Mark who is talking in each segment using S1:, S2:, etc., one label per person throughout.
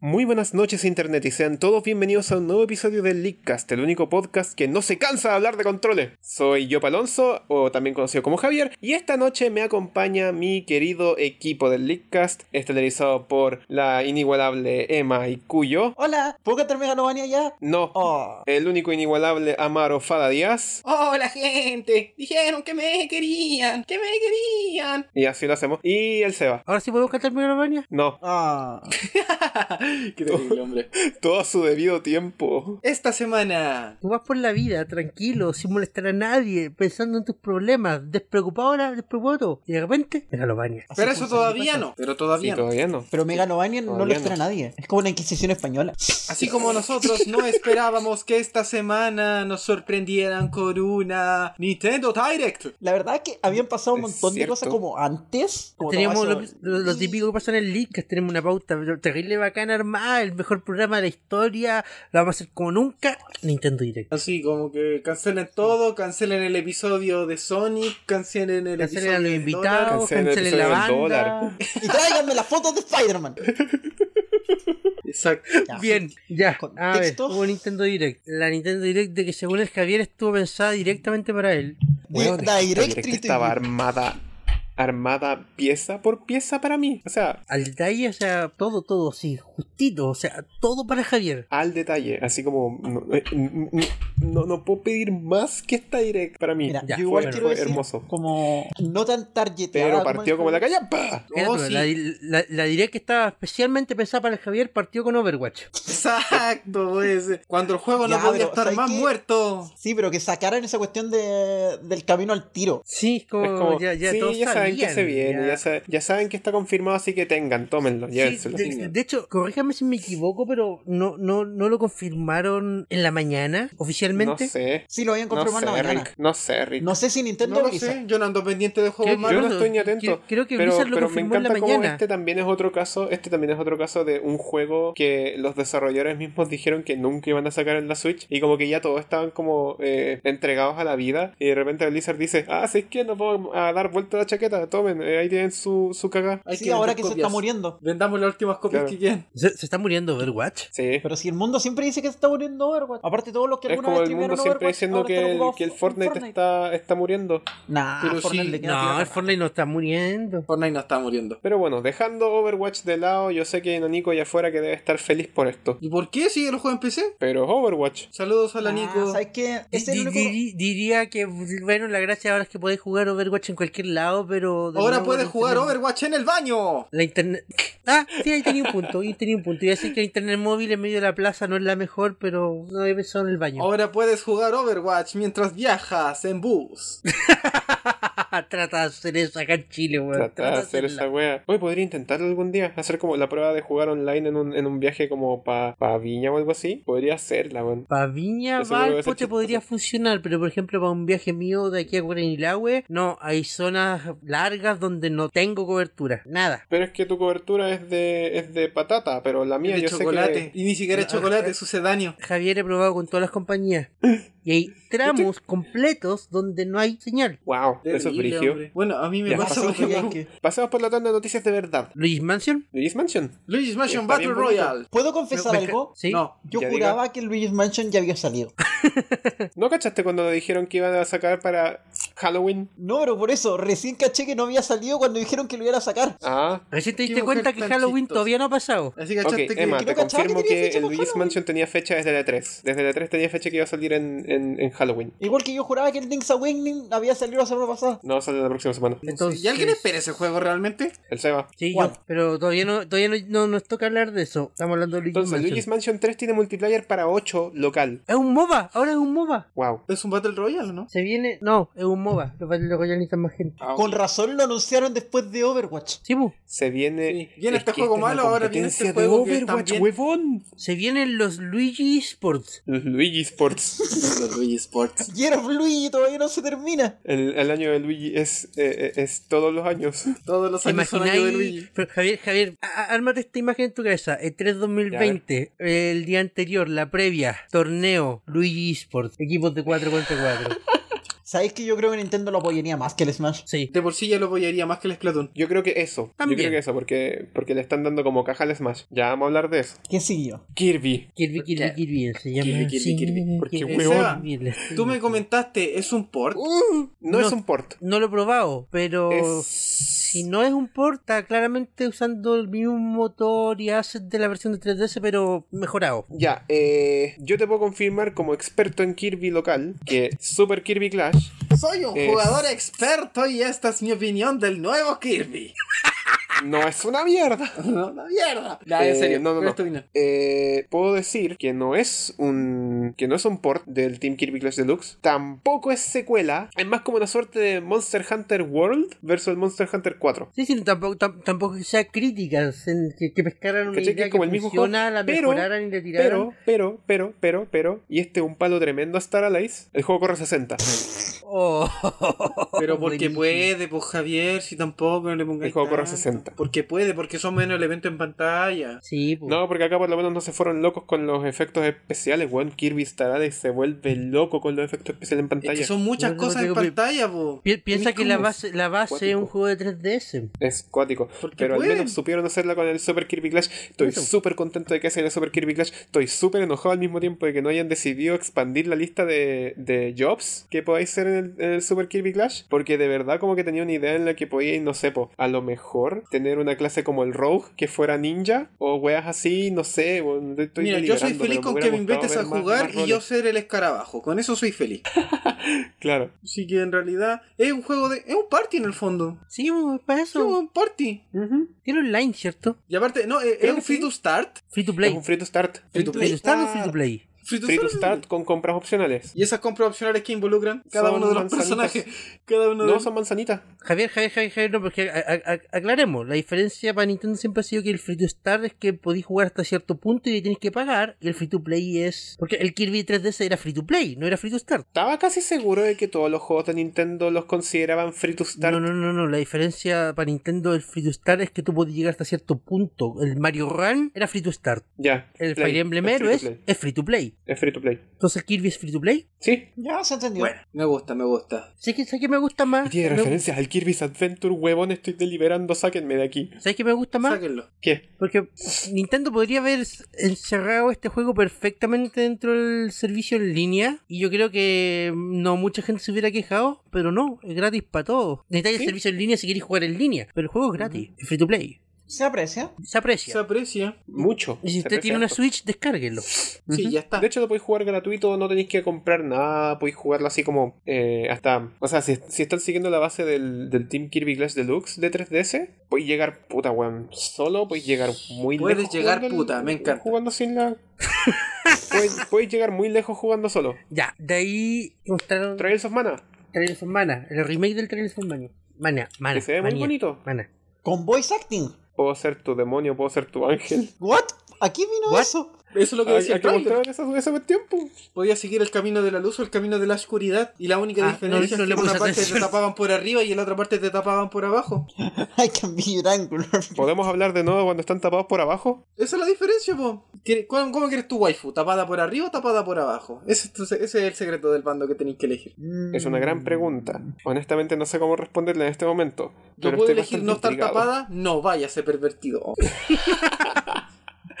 S1: Muy buenas noches internet y sean todos bienvenidos a un nuevo episodio del Leakcast, el único podcast que no se cansa de hablar de controles. Soy yo Alonso, o también conocido como Javier, y esta noche me acompaña mi querido equipo del Leakcast, estelarizado por la inigualable Emma y Cuyo.
S2: Hola, ¿puedo cantar Meganovania ya?
S1: No,
S2: Oh.
S1: el único inigualable Amaro Fada Díaz.
S3: Hola gente, dijeron que me querían, que me querían.
S1: Y así lo hacemos. Y el Seba.
S4: Ahora sí podemos cantar Megalovania.
S1: No,
S2: Ah.
S3: Qué terrible, hombre.
S1: todo a su debido tiempo.
S3: Esta semana.
S4: Tú vas por la vida, tranquilo, sin molestar a nadie, pensando en tus problemas, despreocupado ahora, despreocupado todo. Y de repente, Megalovania.
S3: Pero eso todavía no. Pero
S1: Sí,
S3: todavía no.
S1: todavía no.
S2: Pero Meganovania no lo
S1: Todavía
S2: espera
S1: no.
S2: nadie. Es como una Inquisición española.
S3: Así como nosotros no esperábamos que esta semana nos sorprendieran con una Nintendo Direct.
S2: La verdad es que habían pasado un
S1: Es
S2: montón de
S1: cierto.
S2: cosas como antes. Como
S4: Teníamos
S2: todo
S4: lo,
S2: eso-
S4: lo- lo típico que pasa en el link, que tenemos una pauta terrible bacana armada, el mejor programa de la historia, lo vamos a hacer como nunca, Nintendo Direct.
S3: Así como que cancelen todo, cancelen el episodio de Sonic, cancelen el
S4: Cancelen a
S3: episodio
S4: los
S3: de
S4: invitados,
S1: Cancelen Ah, el
S4: cancelen la
S1: episodio del
S4: banda.
S2: Y tráiganme las fotos de Spider-Man.
S3: Donald. Exacto.
S2: Ya.
S4: Bien, ya. A ver,
S2: Contexto.
S4: hubo Nintendo Direct. La Nintendo Direct de que según el Javier estuvo pensada directamente para él.
S1: Weón,
S2: Direct
S1: esta directa
S2: Treaty.
S1: estaba armada armada pieza por pieza para mí o sea
S4: Al detalle, o sea, todo, todo, sí, justito, o sea, todo para Javier.
S1: al detalle así como no, eh, n- n- no, no puedo pedir más que esta directa para mí
S2: Mira,
S4: Ya,
S2: yo igual
S1: fue-
S2: quiero
S1: fue
S2: decir
S1: hermoso.
S2: como no tan targetada.
S1: pero partió como la
S2: el-
S1: calle ¡pah!
S4: Era
S3: Oh,
S4: dura,
S3: sí.
S4: la, la, la direct que estaba especialmente pensada para el Javier partió con Overwatch.
S3: Exacto, pues. Cuando el juego no
S2: Ya,
S3: podía
S2: pero,
S3: estar
S2: ¿sabes
S3: más
S2: qué?
S3: muerto.
S2: Sí, pero que sacaran esa cuestión de, del camino al tiro.
S4: Sí, es como,
S1: Es como,
S4: Oh, ya, ya
S1: sí,
S4: todos
S1: ya saben que
S4: sabían,
S1: se viene, ya.
S4: ya.
S1: sa- ya saben que está confirmado, así que tengan, tómenlo,
S4: Sí,
S1: llévenselo.
S4: de, de hecho, corríjame si me equivoco, pero no, no, no lo confirmaron en la mañana
S1: no
S4: oficialmente.
S1: sé,
S2: Sí, lo habían
S1: no
S2: confirmado en
S1: sé,
S2: la mañana.
S1: Rick, no sé, Rick.
S2: No sé si Nintendo
S3: No lo
S2: lo hizo.
S3: sé, yo no ando pendiente de
S4: Creo
S3: juegos
S1: Yo
S4: que-
S3: malos.
S1: no estoy ni
S4: Creo-
S1: atento.
S4: creo que
S1: pero,
S4: Blizzard lo
S1: pero me
S4: confirmó en la
S1: encanta cómo
S4: mañana.
S1: este también es otro caso. Este también es otro caso de un juego que los desarrolladores mismos dijeron que nunca iban a sacar en la Switch. Y como que ya todos estaban como eh, entregados a la vida. Y de repente Blizzard dice, ah, sí es que no puedo a dar vuelta a la chaqueta. Tomen, eh, ahí tienen su, su caga.
S3: Hay
S2: Sí,
S3: que
S2: ahora
S3: vender
S2: que se
S3: copias.
S2: está muriendo.
S3: Vendamos las últimas copias
S1: Claro.
S3: que queden.
S4: Se, se está muriendo Overwatch.
S1: Sí.
S2: Pero si el mundo siempre dice que se está muriendo Overwatch. Aparte, todos los que
S1: Es
S2: alguna
S1: como
S2: vez
S1: el mundo
S2: streamearon
S1: siempre
S2: Overwatch
S1: diciendo
S2: ahora
S1: que
S2: están
S1: el,
S2: ocupados
S1: que el
S2: en
S1: Fortnite, Está, está muriendo.
S2: Nah,
S3: Pero
S2: Fortnite
S3: sí,
S2: le queda
S4: No,
S2: tierra.
S4: el Fortnite no está muriendo.
S3: Fortnite no está muriendo.
S1: Pero bueno, dejando Overwatch de lado, yo sé que hay Nonico allá afuera que debe estar feliz por esto.
S3: ¿Y por qué sigue el juego en PC?
S1: Pero es Overwatch.
S3: Saludos a la
S2: Ah,
S3: Nico.
S2: ¿Sabes qué? Este Es
S4: Di-
S2: el único-
S4: di- diría que, bueno, la gracia ahora es que podéis jugar Overwatch en cualquier lado, pero... de
S3: Ahora
S4: nuevo
S3: puedes
S4: no
S3: jugar
S4: tenemos- este
S3: Overwatch en el baño.
S4: La internet. Ah, sí, ahí tenía un punto, ahí tenía un punto. Iba a decir que la internet móvil en medio de la plaza no es la mejor, pero no he pensado en el baño.
S3: Ahora puedes jugar Overwatch mientras viajas en bus.
S4: Trata de hacer eso acá en Chile, weón.
S1: Tratar de hacer
S4: hacerla.
S1: esa wea. Hoy podría intentarlo algún día. Hacer como la prueba de jugar online en un, en un viaje como para pa Viña o algo así. Podría hacerla, weón.
S4: Para Viña,
S1: Yo seguro que va a
S4: Valpo
S1: ser
S4: te podría
S1: chistoso.
S4: funcionar, pero por ejemplo para un viaje mío de aquí a Guaranilahue, no, hay zonas largas donde no tengo cobertura, nada.
S1: Pero es que tu cobertura es de, es de patata, pero la mía
S3: de
S1: yo
S3: chocolate.
S1: sé que.
S3: Y ni siquiera es
S4: Ah,
S3: chocolate,
S4: eh.
S3: sucedáneo.
S4: Javier he probado con todas las compañías. Y hay tramos completos donde no hay señal.
S1: Wow, eso es
S3: Terrible,
S1: brigio.
S3: hombre. Bueno, a mí me
S1: Ya,
S3: pasa
S1: pasemos
S3: por
S2: Oye,
S3: ejemplo,
S2: que-
S1: Pasemos por la tanda de noticias de verdad.
S4: Luis Mansion.
S1: Luigi's Mansion.
S3: Luigi's Mansion
S1: Está
S3: Battle
S1: bien bonito.
S3: Royale.
S2: ¿Puedo confesar algo?
S4: ¿Sí?
S3: No.
S2: Yo
S1: Ya
S2: juraba que el Luigi's Mansion ya había salido.
S1: ¿No cachaste cuando nos dijeron que iban a sacar para Halloween?
S2: No, pero por eso, recién caché que no había salido cuando dijeron que lo iban a sacar.
S1: Ah.
S4: Recién te
S3: Qué
S4: diste
S3: mujer
S4: cuenta que
S3: tan
S4: Halloween
S3: chistosa.
S4: todavía no ha pasado.
S3: Así
S1: Ok,
S3: cachaste que
S1: Emma,
S2: que
S1: te
S2: no cachaba que
S1: confirmo
S2: tenía
S1: que
S2: fecha
S1: el
S2: para
S1: Luigi's
S2: Halloween.
S1: Mansion tenía fecha desde la 3. Desde la 3 tenía fecha que iba a salir en, en, en Halloween.
S2: Igual que yo juraba que el Link's Awakening había salido la semana pasada.
S1: No sale la próxima semana.
S4: Entonces,
S3: ¿Y alguien espera ese juego realmente?
S1: El Seba.
S4: Sí,
S2: ¿Cuál?
S4: yo, pero todavía no, todavía no, no nos toca hablar de eso. Estamos hablando de Luigi's
S1: Entonces,
S4: Mansion.
S1: Luigi's Mansion 3 tiene multiplayer para 8 local.
S4: Es un MOBA, ahora es un MOBA.
S1: Wow.
S3: ¿Es un Battle Royale o no?
S4: Se viene, no, es un MOBA. Los Battle Royale necesitan más gente.
S3: Ah, ok.
S2: Con razón lo anunciaron después de Overwatch.
S4: Sí, pues, bu.
S1: Se viene.
S3: Sí. Viene
S1: Es
S3: este
S1: que
S3: juego
S1: esta es la
S3: malo, ahora viene este
S1: competencia
S3: juego que
S1: de Overwatch,
S3: también-
S1: huevón.
S4: se vienen los Luigi Sports.
S1: Los Luigi Sports.
S3: Los Luigi Sports.
S2: Y era Luigi, todavía no se termina.
S1: El, el año de Luigi es, eh, eh, es todos los años.
S3: Todos los
S4: ¿Te
S3: años son años de Luigi.
S4: imagináis? Pero, Javier, Javier, a- a- ármate esta imagen en tu cabeza. El 3 2020, el día anterior, la previa, torneo, Luigi Sports, equipos de 4 contra 4.
S2: ¿Sabéis que yo creo que Nintendo lo apoyaría más que el Smash?
S4: Sí.
S3: De por sí ya lo apoyaría más que el Splatoon.
S1: Yo creo que eso.
S4: También.
S1: Yo creo que eso, porque, porque le están dando como caja al Smash. Ya vamos a hablar de eso.
S2: ¿Quién siguió?
S1: Kirby.
S4: Kirby, Kirby, Kirby, se llama.
S1: Kirby, Kirby,
S4: sí,
S1: Kirby, porque
S4: Kirby,
S1: huevón.
S4: Kirby,
S3: Tú me comentaste, ¿es un port?
S1: No,
S4: No.
S1: es un port.
S4: No lo he probado, pero
S1: Es-
S4: si no es un porta, claramente usando el mismo motor y asset de la versión de 3DS, pero mejorado.
S1: Ya, eh, yo te puedo confirmar como experto en Kirby local que Super Kirby Clash
S3: Soy un
S1: Es-
S3: jugador experto y esta es mi opinión del nuevo Kirby.
S1: no es una mierda.
S3: No, la mierda. Ya, en
S1: Eh,
S3: serio.
S1: no, no,
S3: ¿cuál
S1: no.
S3: es tu opinión?
S1: Eh, puedo decir que no es un que no es un port del Team Kirby Clash Deluxe, tampoco es secuela, es más como una suerte de Monster Hunter World versus el Monster Hunter 4.
S4: Sí, sí, tampoco, tam- tampoco que sea críticas, en que, que pescaran una
S1: ¿Cachai? Que
S4: idea
S1: es
S4: que,
S1: como el mismo juego,
S4: funciona, la
S1: pero-
S4: mejoraran y la tiraran.
S1: Pero, pero, pero, pero, pero, y este es un palo tremendo a Star Allies, el juego corre 60.
S4: Oh,
S3: Pero porque
S4: buenísimo.
S3: puede, pues Javier, si tampoco no le pongas.
S1: El juego corre
S3: tanto.
S1: 60.
S3: Porque puede, porque son menos elementos en pantalla.
S4: Sí, pues.
S1: No, porque acá por lo menos no se fueron locos con los efectos especiales, weón. Kirby Star Allies se vuelve loco con los efectos especiales en
S3: Es
S1: pantalla.
S3: que son muchas
S4: No, no,
S3: cosas en
S4: tengo pri-
S3: pantalla, po.
S4: Pi- piensa
S1: Tenés
S4: que la
S1: como
S4: base, la base es
S1: acuático.
S4: un juego de 3DS.
S1: Es cuático.
S3: Porque
S1: Pero al
S3: pueden.
S1: menos supieron hacerla con el Super Kirby Clash. Estoy
S4: Eso.
S1: súper contento de que hacen el Super Kirby Clash. Estoy súper enojado al mismo tiempo de que no hayan decidido expandir la lista de, de jobs que podáis hacer en el, en el Super Kirby Clash. Porque de verdad como que tenía una idea en la que podíais, no sé, po, a lo mejor tener una clase como el Rogue que fuera ninja o weas así, no sé. weón, estoy
S3: Mira, yo soy
S1: deliberando,
S3: feliz
S1: pero
S3: con
S1: me
S3: que me
S1: hubiera gustado
S3: invites a
S1: ver más- más
S3: jugar y yo
S1: roles.
S3: ser el escarabajo. Con eso soy feliz.
S1: Claro.
S3: Así que en realidad es un juego de. Es un party en el fondo.
S4: Sí, pues, para
S3: Es
S4: eso.
S3: un party.
S4: Tiene online, ¿cierto?
S3: Y aparte, no, eh, es,
S1: Creo
S3: es un
S1: que
S3: free
S1: sí.
S3: to start.
S4: Free to
S1: Es
S4: play.
S1: un free to Ah. start.
S3: Free to
S4: ¿Free to start o free to play?
S3: Free to,
S1: Free to
S3: start.
S1: start con compras opcionales.
S3: Y esas compras opcionales que involucran cada
S1: Son
S3: uno de los
S1: manzanitas.
S3: personajes. Cada uno de
S1: No
S3: los.
S1: son manzanitas.
S4: Javier, Javier, Javier, Javier, no, porque a- a- a- aclaremos, la diferencia para Nintendo siempre ha sido que el Free to Start es que podéis jugar hasta cierto punto y le tenéis que pagar, y el Free to Play es... Porque el Kirby 3DS era Free to Play, no era Free to Start.
S1: Estaba casi seguro de que todos los juegos de Nintendo los consideraban free to start.
S4: No, no, no, no, la diferencia para Nintendo del Free to Start es que tú podías llegar hasta cierto punto. El Mario Run era Free to Start,
S1: Ya.
S4: el
S1: play.
S4: Fire Emblem
S1: Es
S4: Heroes
S1: free to play.
S4: es Free to Play.
S1: Es free to play.
S4: Entonces el Kirby es Free to Play.
S1: Sí.
S2: Ya se entendió.
S3: Bueno, me gusta, me gusta.
S4: ¿Sabes qué, sabes qué me gusta más?
S1: Tiene
S4: Me-
S1: referencias al Kirby's Adventure, huevón. Estoy deliberando, sáquenme de aquí.
S4: ¿Sabes qué me gusta más?
S3: Sáquenlo.
S1: ¿Qué?
S4: Porque Nintendo podría haber encerrado este juego perfectamente dentro del servicio en línea. Y yo creo que no mucha gente se hubiera quejado, pero no, es gratis para todos. Necesitáis
S1: Sí.
S4: el servicio en línea si queréis jugar en línea, pero el juego es gratis, es free to play.
S2: ¿Se aprecia?
S4: Se aprecia.
S3: Se aprecia.
S1: Mucho.
S4: y
S1: Se
S4: si usted
S1: aprecia
S4: tiene una
S1: harto.
S4: Switch, descárguenlo.
S3: Sí,
S1: Ujú.
S3: ya está.
S1: De hecho, lo podéis jugar gratuito, no tenéis que comprar nada, podéis jugarlo así como eh, hasta. O sea, si, si están siguiendo la base del, del Team Kirby Clash Deluxe de 3DS, podéis llegar, puta weón, solo, podéis llegar muy
S3: Puedes
S1: lejos.
S3: llegar,
S1: jugando
S3: puta, me encanta.
S1: Jugando sin la. podéis, podéis llegar muy lejos jugando solo.
S4: Ya, de ahí mostraron
S1: Trails of Mana,
S4: Trails of Mana, el remake del Trails of Mana. Mana, Mana.
S1: que se ve muy
S4: Manía,
S1: bonito.
S4: Mana.
S2: Con voice acting.
S1: Puedo ser tu demonio, puedo ser tu ángel.
S2: ¿What? ¿A qué vino
S4: What?
S2: eso?
S3: Eso es lo que
S1: Hay, hay
S3: decía el
S1: que
S3: trailer.
S1: mostrar esa, esa cuestión, po.
S3: Podía seguir el camino de la luz o el camino de la oscuridad. Y la única
S4: Ah,
S3: diferencia
S4: no,
S3: es que en
S4: no le
S3: una
S4: puse
S3: parte te
S4: atención.
S3: tapaban por arriba y en la otra parte te tapaban por abajo.
S2: I can be your angular.
S1: ¿Podemos hablar de nuevo cuando están tapados por abajo?
S3: Esa es la diferencia, po. ¿Quiere- ¿Cómo, cómo quieres tu waifu? ¿Tapada por arriba o tapada por abajo? Ese, es- ese es el secreto del bando que tenéis que elegir.
S1: Mm. Es una gran pregunta. Honestamente no sé cómo responderla en este momento.
S3: Yo
S1: pero
S3: puedo
S1: estoy
S3: elegir
S1: bastante
S3: no estar
S1: intrigado.
S3: tapada, no vaya a ser pervertido.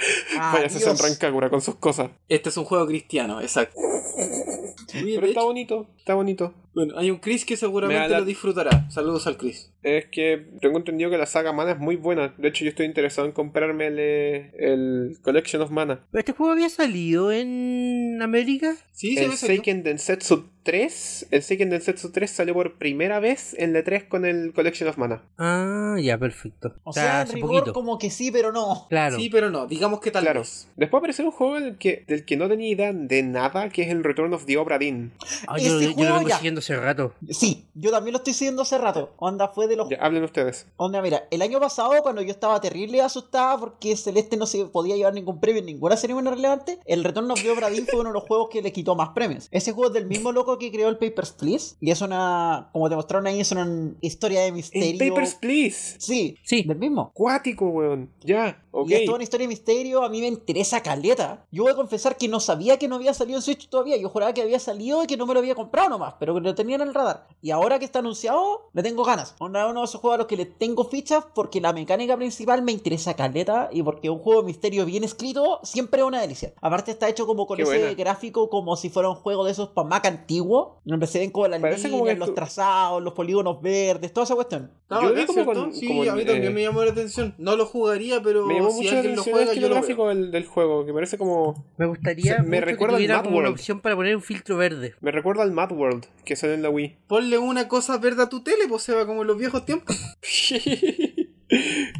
S3: Oh.
S2: Ah,
S1: Vaya, se
S2: Adiós.
S1: centra en Kagura con sus cosas.
S3: Este es un juego cristiano, exacto. Oye,
S1: Pero
S3: de
S1: está
S3: hecho,
S1: bonito, está bonito.
S3: bueno, hay un Chris que seguramente
S1: Me da la-
S3: lo disfrutará. Saludos al Chris.
S1: Es que tengo entendido que la saga Mana es muy buena. De hecho, yo estoy interesado en comprarme el, eh, el Collection of Mana.
S4: ¿Pero este juego había salido en América?
S3: Sí, se
S1: El
S3: ve serio.
S1: Seiken Densetsu 3. El Seiken Densetsu 3 salió por primera vez en la 3 con el Collection of Mana.
S4: Ah, ya, perfecto.
S2: O sea, en
S4: hace
S2: rigor
S4: poquito.
S2: como que sí, pero no.
S4: Claro.
S3: Sí, pero no, digamos que tal
S1: Claro.
S3: vez.
S1: Después apareció un juego del que, del que no tenía idea de nada, que es el Return of the Obra Dinn.
S4: Ah, yo,
S2: Ese
S4: yo
S2: juego
S4: lo vengo
S2: ya.
S4: siguiendo hace rato.
S2: Sí, yo también lo estoy siguiendo hace rato. Onda fue de los...
S1: Ya, hablen ustedes.
S2: Onda, mira, el año pasado cuando yo estaba terrible asustada porque Celeste no se podía llevar ningún premio en ninguna ceremonia relevante, el retorno de Obra Dinn fue uno de los juegos que le quitó más premios. Ese juego es del mismo loco que creó el Papers, Please. Y es una... Como te mostraron ahí, es una historia de
S1: En
S2: misterio.
S1: Papers, Please.
S2: Sí,
S4: Sí.
S2: del mismo.
S1: Cuático, weón. Ya, ok.
S2: Y es toda una historia de misterio, a mí me interesa caleta. Yo voy a confesar que no sabía que no había salido en Switch todavía. Yo juraba que había salido y que no me lo había comprado anunciado nomás, pero que lo tenía en el radar. Y ahora que está anunciado, le tengo ganas. Uno uno de esos juegos a los que le tengo fichas porque la mecánica principal me interesa caleta y porque un juego de misterio bien escrito siempre es una delicia. Aparte está hecho como con
S1: Qué
S2: ese
S1: buena.
S2: gráfico como si fuera un juego de esos Pamac antiguo, donde se ven como las
S1: Parece como
S2: líneas,
S1: que
S2: los
S1: tú-
S2: trazados, los polígonos verdes, toda esa cuestión.
S3: Está
S1: Yo vi
S3: bacán,
S1: como
S3: ¿cierto?
S1: con-
S3: sí,
S1: como
S3: a mí
S1: en,
S3: también
S1: eh,
S3: me llamó la atención. No lo jugaría, pero
S1: Me llamó
S3: si
S1: mucho la
S3: alguien lo
S1: atención
S3: juega,
S1: es que
S3: yo
S1: el
S3: lo
S1: gráfico del, del juego, que parece como.
S4: Me gustaría
S1: Se- me
S4: mucho
S1: recuerda
S4: que
S1: al
S4: tuviera como una
S1: Macworld.
S4: opción para poner un filtro verde.
S1: Me recuerda al Mad World que sale en la Wii.
S3: veo. Ponle una cosa verde a tu tele, pues se va como en los viejos tiempos.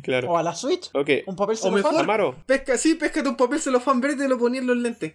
S1: claro.
S2: O a la Switch.
S1: Ok.
S2: Un papel
S3: O mejor-
S2: celofán.
S1: Amaro,
S3: Pesca, sí, pescate un papel celofán verde y lo ponía en los lentes.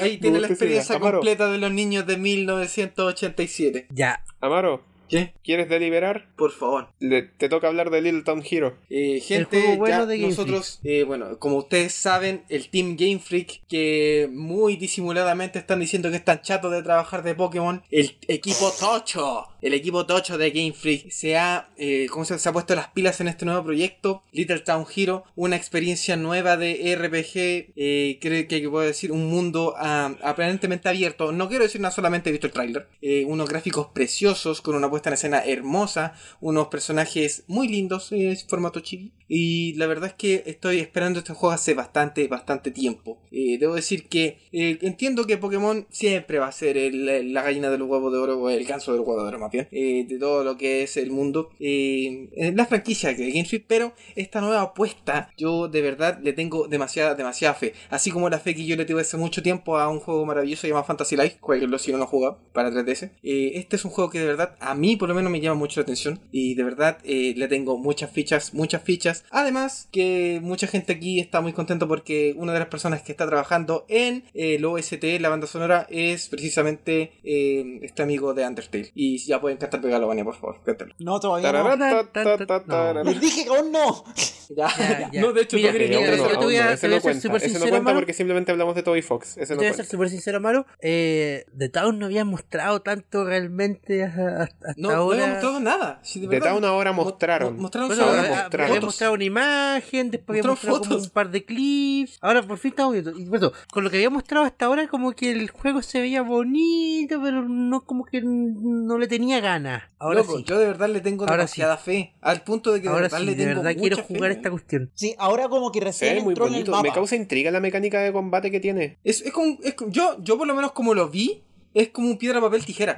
S3: Ahí tiene la
S1: gusta esa idea.
S3: experiencia
S1: Amaro.
S3: completa de los niños de 1987.
S4: Ya.
S1: Amaro,
S3: ¿Qué?
S1: ¿quieres deliberar?
S3: Por favor.
S1: Le- te toca hablar de Little Town Hero.
S3: Eh, gente,
S4: El juego bueno
S3: ya
S4: de Game
S3: nosotros, eh, bueno, como ustedes saben, el Team Game Freak, que muy disimuladamente están diciendo que están chatos de trabajar de Pokémon, el equipo Tocho, el equipo Tocho de Game Freak, se ha, eh, ¿cómo se, se ha puesto las pilas en este nuevo proyecto, Little Town Hero, una experiencia nueva de RPG, eh, creo que puedo decir, un mundo ah, aparentemente abierto. No quiero decir nada, solamente he visto el tráiler. Eh, unos gráficos preciosos, con una puesta en escena hermosa, unos personajes muy lindos, eh, es formato chibi. Y la verdad es que estoy esperando este juego hace bastante, bastante tiempo. Eh, debo decir que eh, entiendo que Pokémon siempre va a ser el- el- la gallina del huevo de oro, o el ganso del huevo de oro, más bien, eh, de todo lo que es el mundo. Eh, eh, la franquicia de Game Freak, pero esta nueva apuesta, yo de verdad le tengo demasiada, demasiada fe. Así como la fe que yo le tuve hace mucho tiempo a un juego maravilloso llamado Fantasy Life, jueguenlo si no lo juega para 3DS. Eh, este es un juego que de verdad a mí por lo menos me llama mucho la atención y de verdad eh, le tengo muchas fichas, muchas fichas. Además que mucha gente aquí está muy contenta porque una de las personas que está trabajando en eh, el OST, la banda sonora, es precisamente eh, este amigo de Undertale. Y ya pueden cantar Megalovania, por favor, cántalo.
S2: No, todavía no.
S1: Tararatatatara.
S2: Les dije que aún no.
S3: Ya,
S4: Ya, ya.
S3: No, de hecho,
S4: Mira,
S3: no quería
S4: mira,
S1: Eh,
S3: que
S1: aún
S4: yo
S1: no,
S4: te
S1: aún
S4: voy
S1: no,
S4: a- te
S1: Ese
S4: voy a
S1: no
S4: ser
S1: cuenta.
S4: súper
S1: Ese no
S4: sincero,
S1: cuenta
S4: Amaro.
S1: porque simplemente hablamos de Toby Fox. Ese
S4: Te
S1: no
S4: voy a ser
S1: cuenta.
S4: súper sincero, Amaro. Eh, The Town no había mostrado tanto realmente a- a- hasta
S3: no, no
S4: ahora.
S3: habíamos mostrado nada. Sí, de
S1: De
S3: verdad.
S1: Town ahora mostraron.
S3: Mo- mostraron
S4: Bueno,
S1: Ahora
S4: eh,
S3: solo-
S1: mostraron.
S4: había
S3: fotos.
S4: mostrado una imagen, después había
S3: Mostraron
S4: mostrado como
S3: fotos.
S4: un par de clips. Ahora por fin estamos viendo. Y bueno, con lo que había mostrado hasta ahora, como que el juego se veía bonito, pero no como que no le tenía ganas. Ahora
S3: Loco,
S4: sí.
S3: yo de verdad le tengo
S4: Ahora
S3: demasiada fe. Al punto de que de
S4: Ahora
S3: verdad
S4: sí,
S3: le
S4: de
S3: tengo
S4: verdad quiero
S3: mucha fe, ¿eh?
S4: jugar
S3: weón.
S4: esta cuestión.
S2: Sí, ahora como que
S1: Se
S2: recién
S1: ve muy
S2: entró en el
S1: bonito.
S2: mapa.
S1: Me causa intriga la mecánica de combate que tiene.
S3: Es, es como, es como- yo, yo por lo menos como lo vi, es como un piedra, papel, tijera.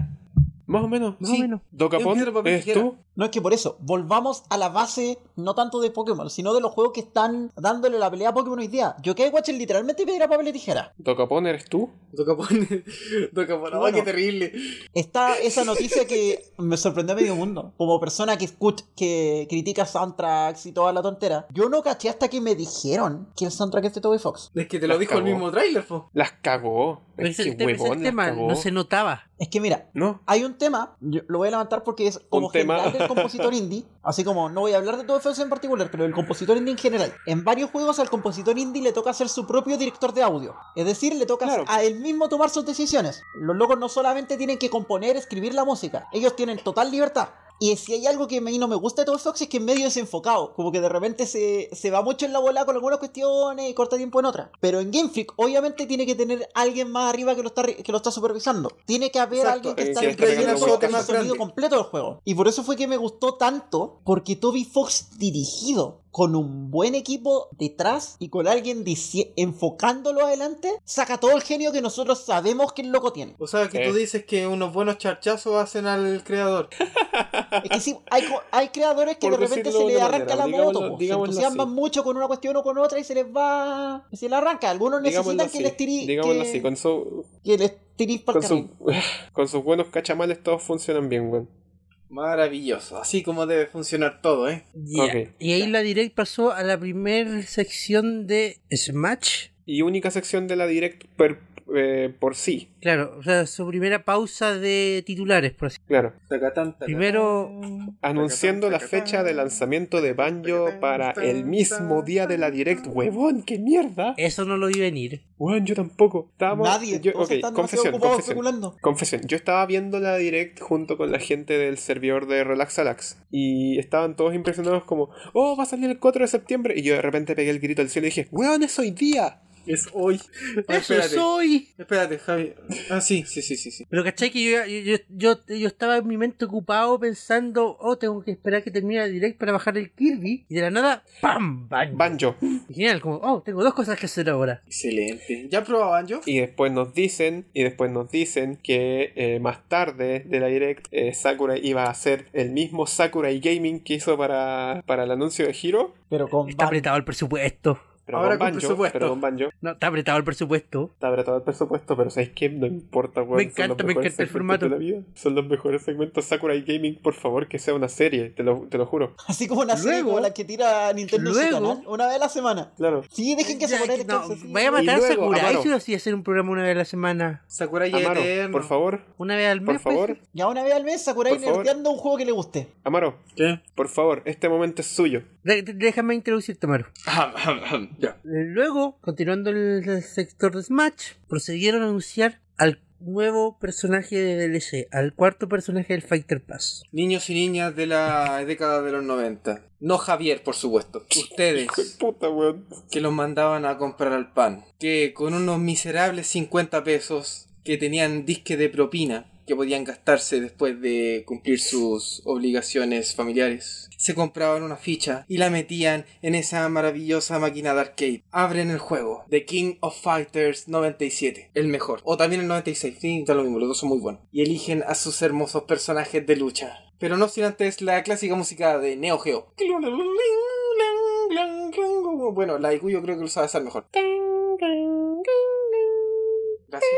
S1: Más o menos.
S4: Más
S3: Sí.
S4: o menos.
S1: Docapón,
S3: piedra, papel,
S1: ¿eres
S3: tijera.
S1: tú?
S2: No es que por eso, volvamos a la base, no tanto de Pokémon, sino de los juegos que están dándole la pelea a Pokémon hoy día. Yo que Watch es literalmente piedra, papel y tijera.
S1: ¿Docapón eres tú?
S3: Docapón. Docapón.
S2: Y
S3: ¡Oh,
S2: bueno.
S3: qué terrible!
S2: Está esa noticia que me sorprendió a medio mundo. Como persona que escucha, que critica soundtracks y toda la tontera. Yo no caché hasta que me dijeron que el soundtrack es de Toby Fox.
S3: Es que te
S1: La
S3: lo dijo
S1: cagó.
S3: el mismo trailer, po.
S1: Las cagó.
S4: Pero
S1: Es
S4: ese-
S1: que
S4: este- ese
S1: huevón, las
S4: tema
S1: cagó.
S4: no se notaba.
S2: Es que mira,
S1: No.
S2: hay un tema, yo lo voy a levantar porque es como
S1: Un tema.
S2: general del compositor indie, así como no voy a hablar de todo eso en particular, pero del compositor indie en general. En varios juegos al compositor indie le toca ser su propio director de audio, es decir, le toca
S1: Claro.
S2: a él mismo tomar sus decisiones. Los locos no solamente tienen que componer, escribir la música, ellos tienen total libertad. Y si hay algo que a mí no me gusta de todo Fox es que es medio desenfocado, como que de repente se, se va mucho en la bola con algunas cuestiones y corta tiempo en otras. Pero en Game Freak obviamente tiene que tener alguien más arriba que lo está, re- que lo está supervisando. Tiene que haber
S3: Exacto,
S2: alguien que
S1: eh,
S2: está
S1: sí, está
S2: detrayendo el
S1: pegando
S2: juego
S1: boca.
S2: con el sonido
S3: Grande.
S2: completo del juego. Y por eso fue que me gustó tanto, porque Toby Fox dirigido con un buen equipo detrás y con alguien dici- enfocándolo adelante, saca todo el genio que nosotros sabemos que el loco tiene.
S3: O sea, que
S1: Sí.
S3: tú dices que unos buenos charchazos hacen al creador.
S2: Es que sí, hay, co- hay creadores que
S1: Por
S2: de repente
S1: decirlo
S2: se
S1: de
S2: les
S1: una
S2: arranca la
S1: manera,
S2: moto,
S1: digámoslo-
S2: po. se
S1: digámoslo
S2: entusiasman
S1: así.
S2: mucho con una cuestión o con otra y se les va... se les arranca. Algunos necesitan
S1: Digámoslo
S2: que les
S1: así.
S2: tirí...
S1: Digámoslo
S2: que-
S1: así. Con su...
S2: que les tirís para
S1: Con,
S2: el carril.
S1: su, con sus buenos cachamales todos funcionan bien, weón.
S3: Maravilloso. Así como debe funcionar todo, ¿eh?
S4: Ya.
S1: Ok.
S4: Y ahí la direct pasó a la primera sección de Smash.
S1: Y única sección de la Direct per- eh, por sí.
S4: Claro, o sea, su primera pausa de titulares, por así
S1: Claro.
S3: Tacatán, tacatán.
S4: Primero-
S1: Anunciando la fecha de lanzamiento de Banjo para el mismo día de la Direct. Huevón, qué mierda.
S4: Eso no lo vi venir.
S1: Weón, yo tampoco. Estábamos.
S2: Nadie,
S1: yo-
S2: todos
S1: ok,
S2: están demasiado
S1: confesión,
S2: ocupados
S1: confesión.
S2: especulando.
S1: Confesión, yo estaba viendo la direct junto con la gente del servidor de Relaxalax y estaban todos impresionados como, oh, va a salir el 4 de septiembre y yo de repente pegué el grito al cielo y dije, weón, es hoy día.
S3: Es hoy. Ah,
S4: ¡Eso
S3: espérate,
S4: soy!
S3: espérate, Javi. Ah, sí, sí, sí, sí. sí.
S4: Pero cachai que yo, yo, yo, yo estaba en mi mente ocupado pensando, oh, tengo que esperar que termine la direct para bajar el Kirby. Y de la nada, ¡pam!
S3: Mm.
S4: ¡Bang!
S1: Banjo.
S4: Genial, como, oh, tengo dos cosas que hacer ahora.
S3: Excelente. ¿Ya probaban yo?
S1: Y después nos dicen, y después nos dicen que eh, más tarde de la Direct, eh, Sakura iba a hacer el mismo Sakurai Gaming que hizo para, para el anuncio de Hiro.
S2: Pero con
S4: Está
S2: Ban-
S4: apretado el presupuesto.
S1: Pero
S3: Ahora con
S1: con Banjo,
S3: presupuesto.
S1: pero con Banjo.
S4: No, está apretado el presupuesto.
S1: Está apretado el presupuesto, pero ¿sabes qué? No importa, weón.
S4: Me
S1: son
S4: encanta,
S1: los
S4: me
S1: mejores
S4: encanta el
S1: segmentos de la vida. Son los mejores segmentos Sakurai Gaming, por favor, que sea una serie, te lo, te lo juro.
S2: así como una serie
S4: Luego-
S2: como la que tira Nintendo en su
S4: luego-
S2: canal, una vez a la semana.
S1: Claro.
S2: Sí, dejen que se
S4: Ya,
S2: muera el
S4: no,
S2: chance, sí.
S4: vaya a matar
S1: Y
S4: a
S1: luego, ah,
S4: Sakura.
S1: Amaro.
S4: Eso lo hacía hacer un programa una vez a la semana.
S3: Sakurai es
S1: Amaro,
S3: eterno.
S1: por favor,
S4: Una vez al mes. pues,
S1: por
S4: puede
S1: favor,
S4: ser.
S2: Ya una vez al mes Sakurai
S1: Por favor.
S2: nerdeando un juego que le guste.
S1: Amaro,
S3: ¿Qué?
S1: por favor, este momento es suyo.
S4: De- de- déjame introducirte, Maru.
S3: ya.
S4: Luego, continuando en el sector de Smash, procedieron a anunciar al nuevo personaje de DLC, al cuarto personaje del Fighter Pass.
S3: Niños y niñas de la década de los 90. No Javier, por supuesto.
S1: Hijo de
S3: Ustedes
S1: puta, weón.
S3: que los mandaban a comprar al pan. Que con unos miserables 50 pesos que tenían disque de propina que podían gastarse después de cumplir sus obligaciones familiares. Se compraban una ficha y la metían en esa maravillosa máquina de arcade. Abren el juego. The King of Fighters 97. El mejor. O también el 96. Sí, da lo mismo. Los dos son muy buenos. Y eligen a sus hermosos personajes de lucha. Pero no sin antes la clásica música de Neo Geo. Bueno, la IQ yo creo que lo sabe hacer mejor. Gracias.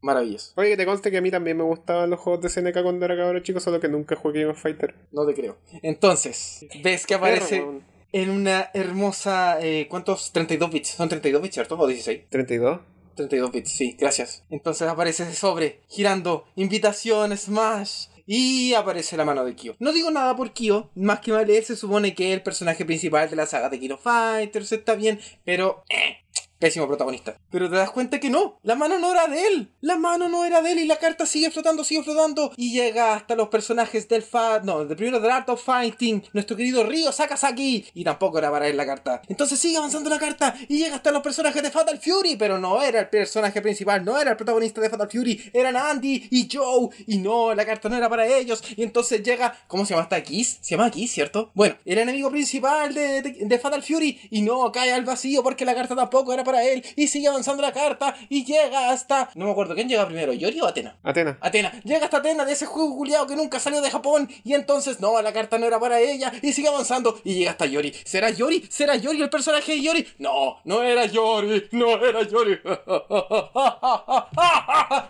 S3: Maravilloso.
S1: Oye, que te conste que a mí también me gustaban los juegos de SNK cuando era cabrón chico, solo que nunca jugué Game of Fighter.
S3: No te creo. Entonces, ves que aparece
S1: Perro, weón.
S3: en una hermosa... eh, ¿Cuántos? 32 bits. ¿Son 32 bits, cierto? ¿O 16?
S1: 32.
S3: 32 bits, sí, gracias. Entonces aparece ese sobre, girando, invitación, Smash. Y aparece la mano de Kyo. No digo nada por Kyo, más que mal él se supone que es el personaje principal de la saga de Kino Fighters, está bien, pero... eh, pésimo protagonista. Pero te das cuenta que no, la mano no era de él, la mano no era de él y la carta sigue flotando, sigue flotando y llega hasta los personajes del Fat, no, del primero del Art of Fighting, nuestro querido Ryo Sakazaki y tampoco era para él la carta. Entonces sigue avanzando la carta y llega hasta los personajes de Fatal Fury, pero no era el personaje principal, no era el protagonista de Fatal Fury, eran Andy y Joe y no, la carta no era para ellos y entonces llega, ¿cómo se llama esta Kiss? Se llama Kiss, ¿cierto? Bueno, el enemigo principal de, de- de Fatal Fury y no, cae al vacío porque la carta tampoco era para él y sigue avanzando la carta y llega hasta, no me acuerdo quién llega primero, Yori o Atena.
S1: Atena.
S3: Atena, llega hasta Atena de ese juego culiado que nunca salió de Japón y entonces no, la carta no era para ella y sigue avanzando y llega hasta Yori. ¿Será Yori? ¿Será Yori el personaje de Yori? No, no era Yori, no era Yori.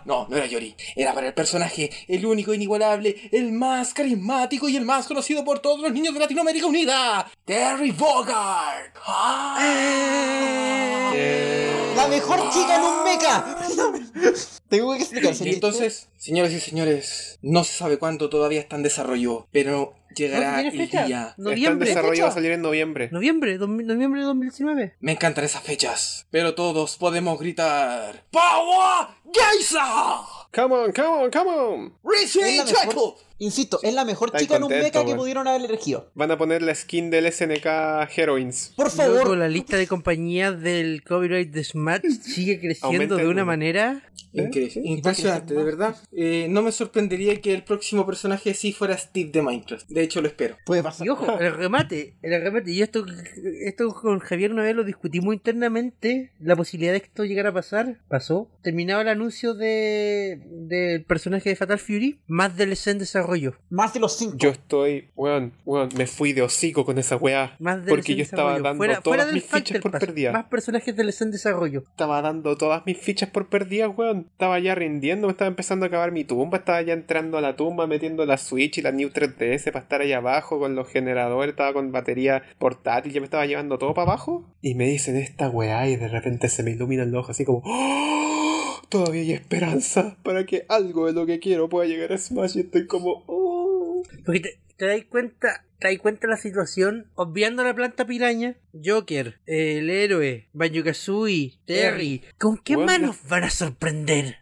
S3: No, no era Yori, era para el personaje, el único inigualable, el más carismático y el más conocido por todos los niños de Latinoamérica Unida, Terry Bogard. Ah.
S2: La mejor chica en un mecha. Tengo que explicarse.
S3: Y entonces, señores y señores, no se sabe cuándo todavía está en desarrollo, pero
S4: ¿No
S3: llegará
S4: tiene
S3: el
S4: fecha?
S3: día.
S1: Está en
S4: Noviembre.
S1: desarrollo, va a salir en noviembre.
S4: Noviembre, dos mil- noviembre de 2019.
S3: Me encantan esas fechas, pero todos podemos gritar ¡Power Geisa!
S1: Come on, come on, come on.
S2: Es
S3: ¡Rishi
S2: la mejor-
S3: Chaco!
S2: Insisto, es la mejor
S1: Estoy
S2: chica en un
S1: contento,
S2: mecha que
S1: weón.
S2: pudieron haber elegido.
S1: Van a poner la skin del SNK Heroines.
S2: Por
S4: Luego
S2: favor,
S4: la lista de compañías del copyright de Smash sigue creciendo
S1: Aumenta
S4: de una
S1: el-
S4: manera.
S3: Increíble, impresionante, de verdad. Eh, no me sorprendería que el próximo personaje sí fuera Steve de Minecraft. De hecho, lo espero.
S2: puede pasar.
S4: Y ojo, el remate, el remate. Y esto, esto con Javier una vez lo discutimos internamente, la posibilidad de que esto llegara a pasar. Pasó. Terminaba el anuncio de del personaje de Fatal Fury, más DLC en desarrollo.
S2: Más de los cinco.
S1: Yo estoy, weón, weón, me fui de hocico con esa weá.
S4: Más DLC
S1: Porque
S4: en
S1: yo estaba
S4: desarrollo.
S1: dando
S4: fuera,
S1: todas
S4: fuera del
S1: mis fichas
S4: Factor
S1: por
S4: Pass,
S1: perdida.
S4: Más personajes DLC en desarrollo.
S1: Estaba dando todas mis fichas por perdidas, weón. Estaba ya rindiendo, me estaba empezando a acabar mi tumba, estaba ya entrando a la tumba, metiendo la Switch y la New 3DS para estar ahí abajo con los generadores, estaba con batería portátil, ya me estaba llevando todo para abajo. Y me dicen esta weá y de repente se me ilumina el ojo así como... "¡Oh! Todavía hay esperanza para que algo de lo que quiero pueda llegar a Smash y estoy como... "Oh".
S4: Porque te- ¿Te dais cuenta? ¿Te dais cuenta de la situación? Obviando la planta piraña, Joker, el héroe, Banjo-Kazooie, Terry. ¿Con qué
S1: Bueno.
S4: manos van a sorprender?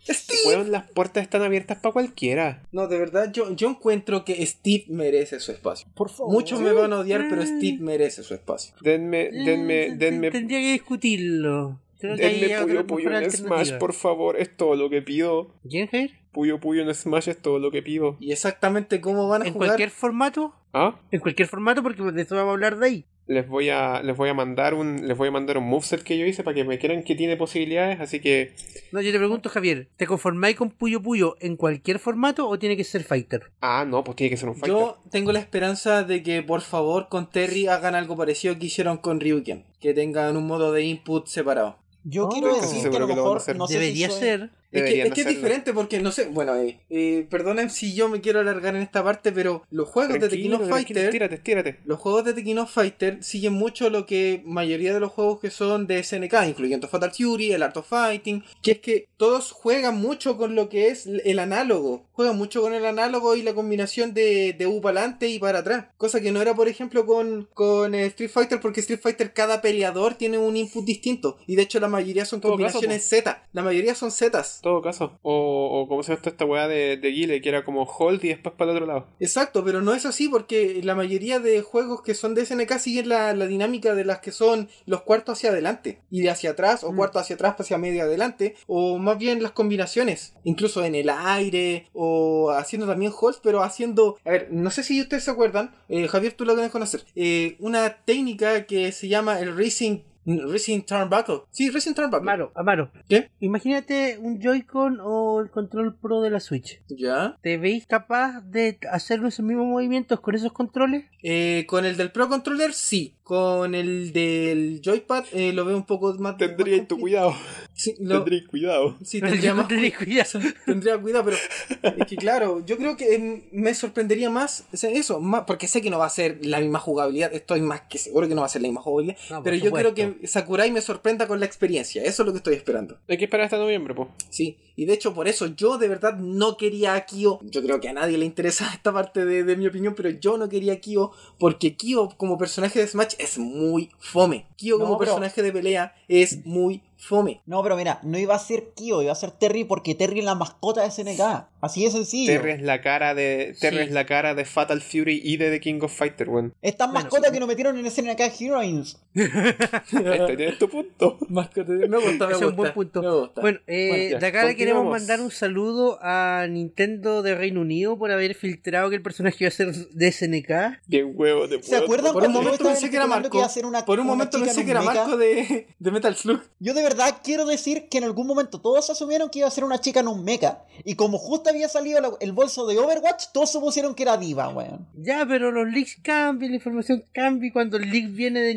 S1: Weón, las puertas están abiertas para cualquiera.
S3: No, de verdad, yo, yo encuentro que Steve merece su espacio.
S2: Por favor.
S3: Muchos me van a odiar, pero
S4: Ah.
S3: Steve merece su espacio.
S1: Denme, denme,
S4: Eh,
S1: denme,
S4: Tendría que discutirlo. Creo que ahí
S1: denme
S4: hay
S1: Puyo
S4: otra
S1: Puyo
S4: mejor
S1: en Smash,
S4: alternativa.
S1: por favor. Es todo lo que pido.
S4: ¿Quién, Jair?
S1: Puyo Puyo en Smash es todo lo que pido.
S3: Y exactamente cómo van a
S4: ¿En
S3: jugar.
S4: cualquier formato?
S1: ¿Ah?
S4: En cualquier formato, porque de eso vamos a hablar de ahí.
S1: Les voy a, les voy a mandar un, les voy a mandar un moveset que yo hice para que me crean que tiene posibilidades, así que
S4: No, yo te pregunto, Javier, ¿te conformáis con Puyo Puyo en cualquier formato o tiene que ser Fighter?
S1: ah, no, pues tiene que ser un fighter.
S3: Yo tengo la esperanza de que por favor con Terry hagan algo parecido que hicieron con Ryuken. Que tengan un modo de input separado.
S2: Yo
S4: Oh.
S2: quiero
S4: Estoy casi
S2: decir que a
S1: seguro
S2: lo
S1: que lo van a
S2: mejor
S1: hacer.
S2: no sé si
S4: Debería
S2: soy-
S4: ser.
S3: Es que,
S1: Deberían
S3: es que es
S1: hacerlo.
S3: diferente porque no sé, bueno, eh, eh, perdonen si yo me quiero alargar en esta parte, pero los juegos de
S1: Tranquilo,
S3: Tekken of
S1: tranquilo,
S3: Fighter
S1: Estírate, estírate.
S3: Los juegos de Tekken of Fighter siguen mucho lo que mayoría de los juegos que son de SNK, incluyendo Fatal Fury, el Art of Fighting, que es que todos juegan mucho con lo que es el análogo. Juegan mucho con el análogo y la combinación de, de U para adelante y para atrás. Cosa que no era, por ejemplo, con, con eh, Street Fighter, porque Street Fighter cada peleador tiene un input distinto. Y de hecho la mayoría son
S1: Todo caso,
S3: combinaciones Z. La mayoría son Zetas.
S1: En todo caso. O, o como se llama esta- esta weá de, de Guile, que era como hold y después para el otro lado.
S3: Exacto, pero no es así porque la mayoría de juegos que son de SNK siguen la, la dinámica de las que son los cuartos hacia adelante y de hacia atrás o
S4: Mm.
S3: cuarto hacia atrás pues, hacia medio adelante o más bien las combinaciones, incluso en el aire o haciendo también holds, pero haciendo, a ver, no sé si ustedes se acuerdan, eh, Javier tú lo debes conocer, eh, una técnica que se llama el racing, racing turnbuckle, sí, racing turnbuckle,
S4: Amaro, Amaro.
S3: ¿Qué?
S4: Imagínate un Joy-Con o el control pro de la Switch.
S3: ya,
S4: ¿Te veis capaz de hacer esos mismos movimientos con esos controles?
S3: Eh, con el del Pro Controller sí, con el del Joypad eh, lo veo un poco más más
S1: Tendría tu
S3: complicado.
S1: cuidado.
S3: Sí, lo-
S1: Tendría cuidado.
S3: sí,
S4: Pero
S3: tendría,
S4: yo
S3: más-
S4: tendría cuidado.
S3: tendría cuidado, pero es que claro, yo creo que eh, me sorprendería más o sea, eso, más- porque sé que no va a ser la misma jugabilidad, estoy más que seguro que no va a ser la misma jugabilidad,
S4: No, por
S3: pero yo creo
S4: supuesto.
S3: que Sakurai me sorprenda con la experiencia, eso es lo que estoy esperando.
S1: Hay que esperar hasta noviembre, po.
S3: Sí, y de hecho por eso yo de verdad no quería a Kyo. Yo creo que a nadie le interesa esta parte de, de mi opinión, pero yo no quería a Kyo porque Kyo como personaje de Smash es muy fome. Kyo
S2: No,
S3: como
S2: pero-
S3: personaje de pelea es muy fome.
S2: No, pero mira, no iba a ser Kyo, iba a ser Terry porque Terry es la mascota de SNK. Así de sencillo.
S1: Terry es la cara de. Terry
S4: Sí.
S1: es la cara de Fatal Fury y de The King of Fighter, weón.
S2: Es tan
S4: Bueno,
S2: mascota
S4: sí.
S2: que nos metieron en SNK Heroines.
S1: Este tienes tu punto.
S3: Mascota de- Me gusta, me
S4: Ese es
S3: gusta,
S4: un buen punto.
S3: me gusta.
S4: Bueno, eh,
S1: Bueno, ya,
S4: de acá le queremos
S1: continuamos.
S4: mandar un saludo a Nintendo de Reino Unido por haber filtrado que el personaje iba a ser de SNK.
S1: Bien huevo de
S2: ¿Se
S1: weón.
S2: acuerdan
S3: por un
S2: cuando yo
S3: momento
S2: estaba
S3: pensé que era
S2: especulando
S3: Marco.
S2: iba a ser una-
S3: Por un
S2: una
S3: momento
S2: chica
S3: pensé
S2: en
S3: que era
S2: un mecha?
S3: Marco de, de Metal Slug.
S2: Yo de verdad quiero decir que en algún momento todos asumieron que iba a ser una chica en un mecha. Y como justo había salido la- el bolso de Overwatch, todos supusieron que era diva, weón.
S4: Ya, pero los leaks cambian, la información cambia y cuando el leak viene de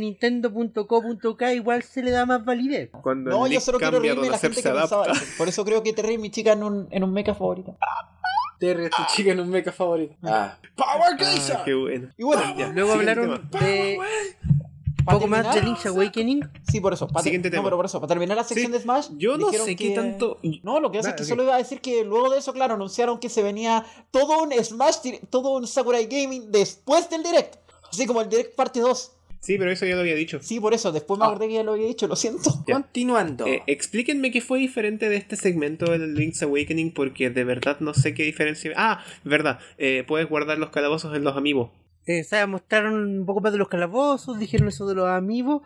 S4: nintendo.co.k igual se le da más validez.
S1: Cuando
S2: No,
S1: el
S2: yo
S1: Nick
S2: solo quiero
S1: cambia,
S2: reírme de la
S1: Donacep se
S2: gente que
S1: adapta.
S2: pensaba eso. Por eso creo que Terry es mi chica en un, en un mecha favorita.
S3: Terry es tu chica en un mecha favorito. Ah, ¡Power Geyser!
S1: Ah, qué bueno.
S2: Y bueno,
S1: Ya,
S4: Luego
S1: siguiente
S4: hablaron
S1: tema.
S4: de un
S2: para
S4: poco más de
S2: terminar-
S4: Link's Awakening.
S2: Sí, por eso. para-
S1: Siguiente
S2: no,
S1: tema.
S2: pero por eso, para terminar la sección
S1: Sí,
S2: de Smash.
S1: Yo no
S2: dijeron
S1: sé
S2: que-
S1: qué tanto.
S2: No, lo que pasa
S4: Ah,
S2: es que
S4: ok.
S2: solo iba a decir que luego de eso, claro, anunciaron que se venía todo un Smash, Direct- todo un Sakurai Gaming después del Direct. Así como el Direct parte 2.
S1: Sí, pero eso ya lo había dicho.
S2: Sí, por eso, después me
S3: Ah.
S2: acordé que ya lo había dicho, lo siento.
S1: Ya.
S3: Continuando.
S1: Eh, explíquenme qué fue diferente de este segmento del Link's Awakening porque de verdad no sé qué diferencia. Ah, verdad, eh, puedes guardar los calabozos en los amigos.
S4: Eh, o sea, mostraron un poco más de los calabozos, dijeron eso de los amigos.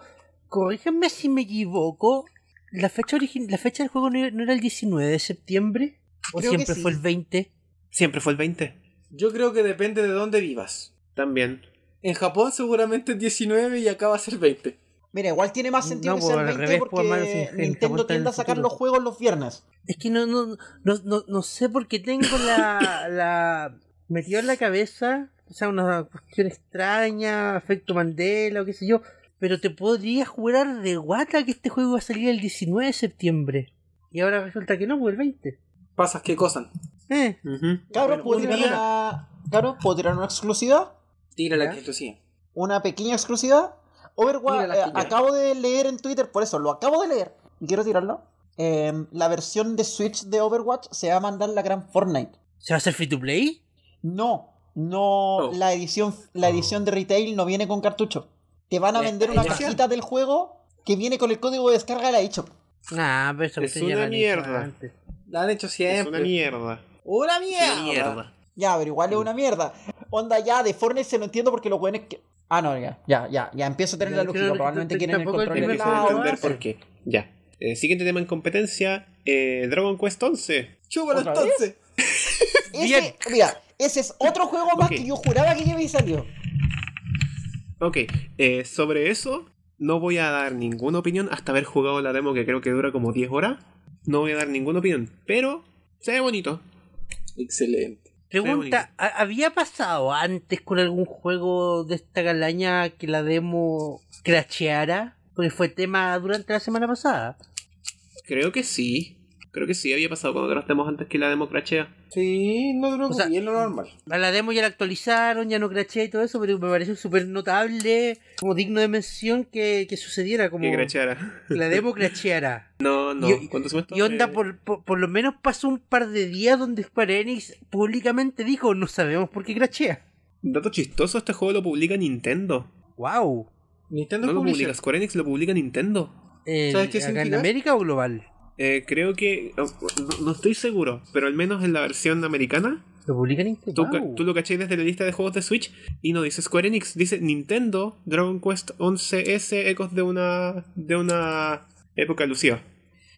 S4: Corríjanme si me equivoco. La fecha, origin- la fecha del juego no era- no era el 19 de septiembre. O
S2: Creo que
S4: siempre
S2: sí.
S4: fue el 20.
S1: Siempre fue el 20.
S3: Yo creo que depende de dónde vivas.
S1: También.
S3: En Japón seguramente es 19 y acá va a ser 20.
S2: Mira, igual tiene más sentido
S4: No,
S2: que
S4: pues,
S2: sea
S4: al
S2: el 20
S4: revés, pues,
S2: porque
S4: hermano, si en- en Japón
S2: Nintendo
S4: está en
S2: tiende a
S4: el
S2: sacar
S4: futuro.
S2: los juegos los viernes.
S4: Es que no, no, no, no, no sé por qué tengo la, la metido en la cabeza, o sea, una cuestión extraña, efecto Mandela o qué sé yo, pero te podría jurar de guata que este juego va a salir el 19 de septiembre. Y ahora resulta que no, pues el 20.
S3: Pasas que cosan.
S4: Eh,
S2: Cabros,
S3: Bueno,
S2: ¿puedo
S3: un
S2: tirar
S3: día-
S2: una... Cabros, ¿puedo tirar una exclusiva?
S3: Tira
S4: ¿Ya?
S3: la que tú sí.
S2: una pequeña exclusiva. Overwatch,
S3: Mírala,
S2: eh,
S3: Killer.
S2: acabo de leer en Twitter, por eso lo acabo de leer. y Quiero tirarlo. Em, la versión de Switch de Overwatch se va a mandar la gran Fortnite.
S4: ¿se va a hacer free to play?
S2: No, No,
S1: Oh.
S2: la edición la edición de retail no viene con cartucho. Te van a
S3: La
S2: vender una
S3: edición.
S2: cajita del juego que viene con el código de descarga de la eShop.
S4: Nah, Ah, pero eso
S1: Es
S4: ustedes
S1: una
S4: ya lo han hecho
S1: mierda.
S4: antes.
S3: La han hecho siempre.
S1: Es una mierda.
S3: Una mierda.
S2: Ya, pero
S4: Mm.
S2: igual es una mierda. Onda ya, de Fortnite se lo entiendo porque los buenos que... Ah, no, ya, ya, ya, ya empiezo a tener
S4: Ya,
S2: la lógica.
S4: creo que
S2: Probablemente
S4: t-
S2: quieren el
S4: tampoco el
S1: Ahora
S2: control
S4: primer
S2: del
S1: empiezo a
S4: lado,
S1: entender
S4: ahora sí.
S1: por qué. Ya. Eh, siguiente tema en competencia: eh, Dragon Quest 11.
S3: Chúpalo
S2: ¿Otra
S3: entonces.
S2: Ese-
S4: Bien.
S2: mira, ese es otro juego más
S1: Ok.
S2: que yo juraba que ya había salido.
S1: Ok, eh, sobre eso no voy a dar ninguna opinión hasta haber jugado la demo que creo que dura como 10 horas. No voy a dar ninguna opinión, pero se ve bonito.
S3: Excelente.
S1: bonito.
S4: Pregunta, ¿ha- ¿había pasado antes con algún juego de esta galaña que la demo crasheara? Porque fue tema durante la semana pasada.
S1: Creo que sí. Creo que sí, había pasado con otros demos antes que la demo crashea.
S3: Sí, no te preocupes,
S4: O sea,
S3: es lo normal.
S4: A la demo ya la actualizaron, ya no crashea y todo eso, pero me pareció súper notable, como digno de mención que, que sucediera, como
S1: Que
S4: que
S1: crasheara.
S4: la demo crasheara.
S1: No, no.
S4: Y-
S1: ¿Cuánto suma esto?
S4: Y onda,
S1: Eh,
S4: por, por, por lo menos pasó un par de días donde Square Enix públicamente dijo, no sabemos por qué crachea.
S1: Dato chistoso, este juego lo publica Nintendo.
S4: ¡Wow!
S3: Nintendo
S1: No lo
S3: Publisher.
S1: publica Square Enix, lo publica Nintendo.
S3: ¿Sabes qué
S4: ¿Acá en
S3: significa?
S4: América o global?
S1: Eh, creo que... No, no estoy seguro, pero al menos en la versión americana,
S4: ¿Lo publican en
S1: tú, ca-
S4: Wow.
S1: tú lo caché desde la lista de juegos de Switch y no dice Square Enix, dice Nintendo Dragon Quest 11S, ecos de una, de una época alusiva.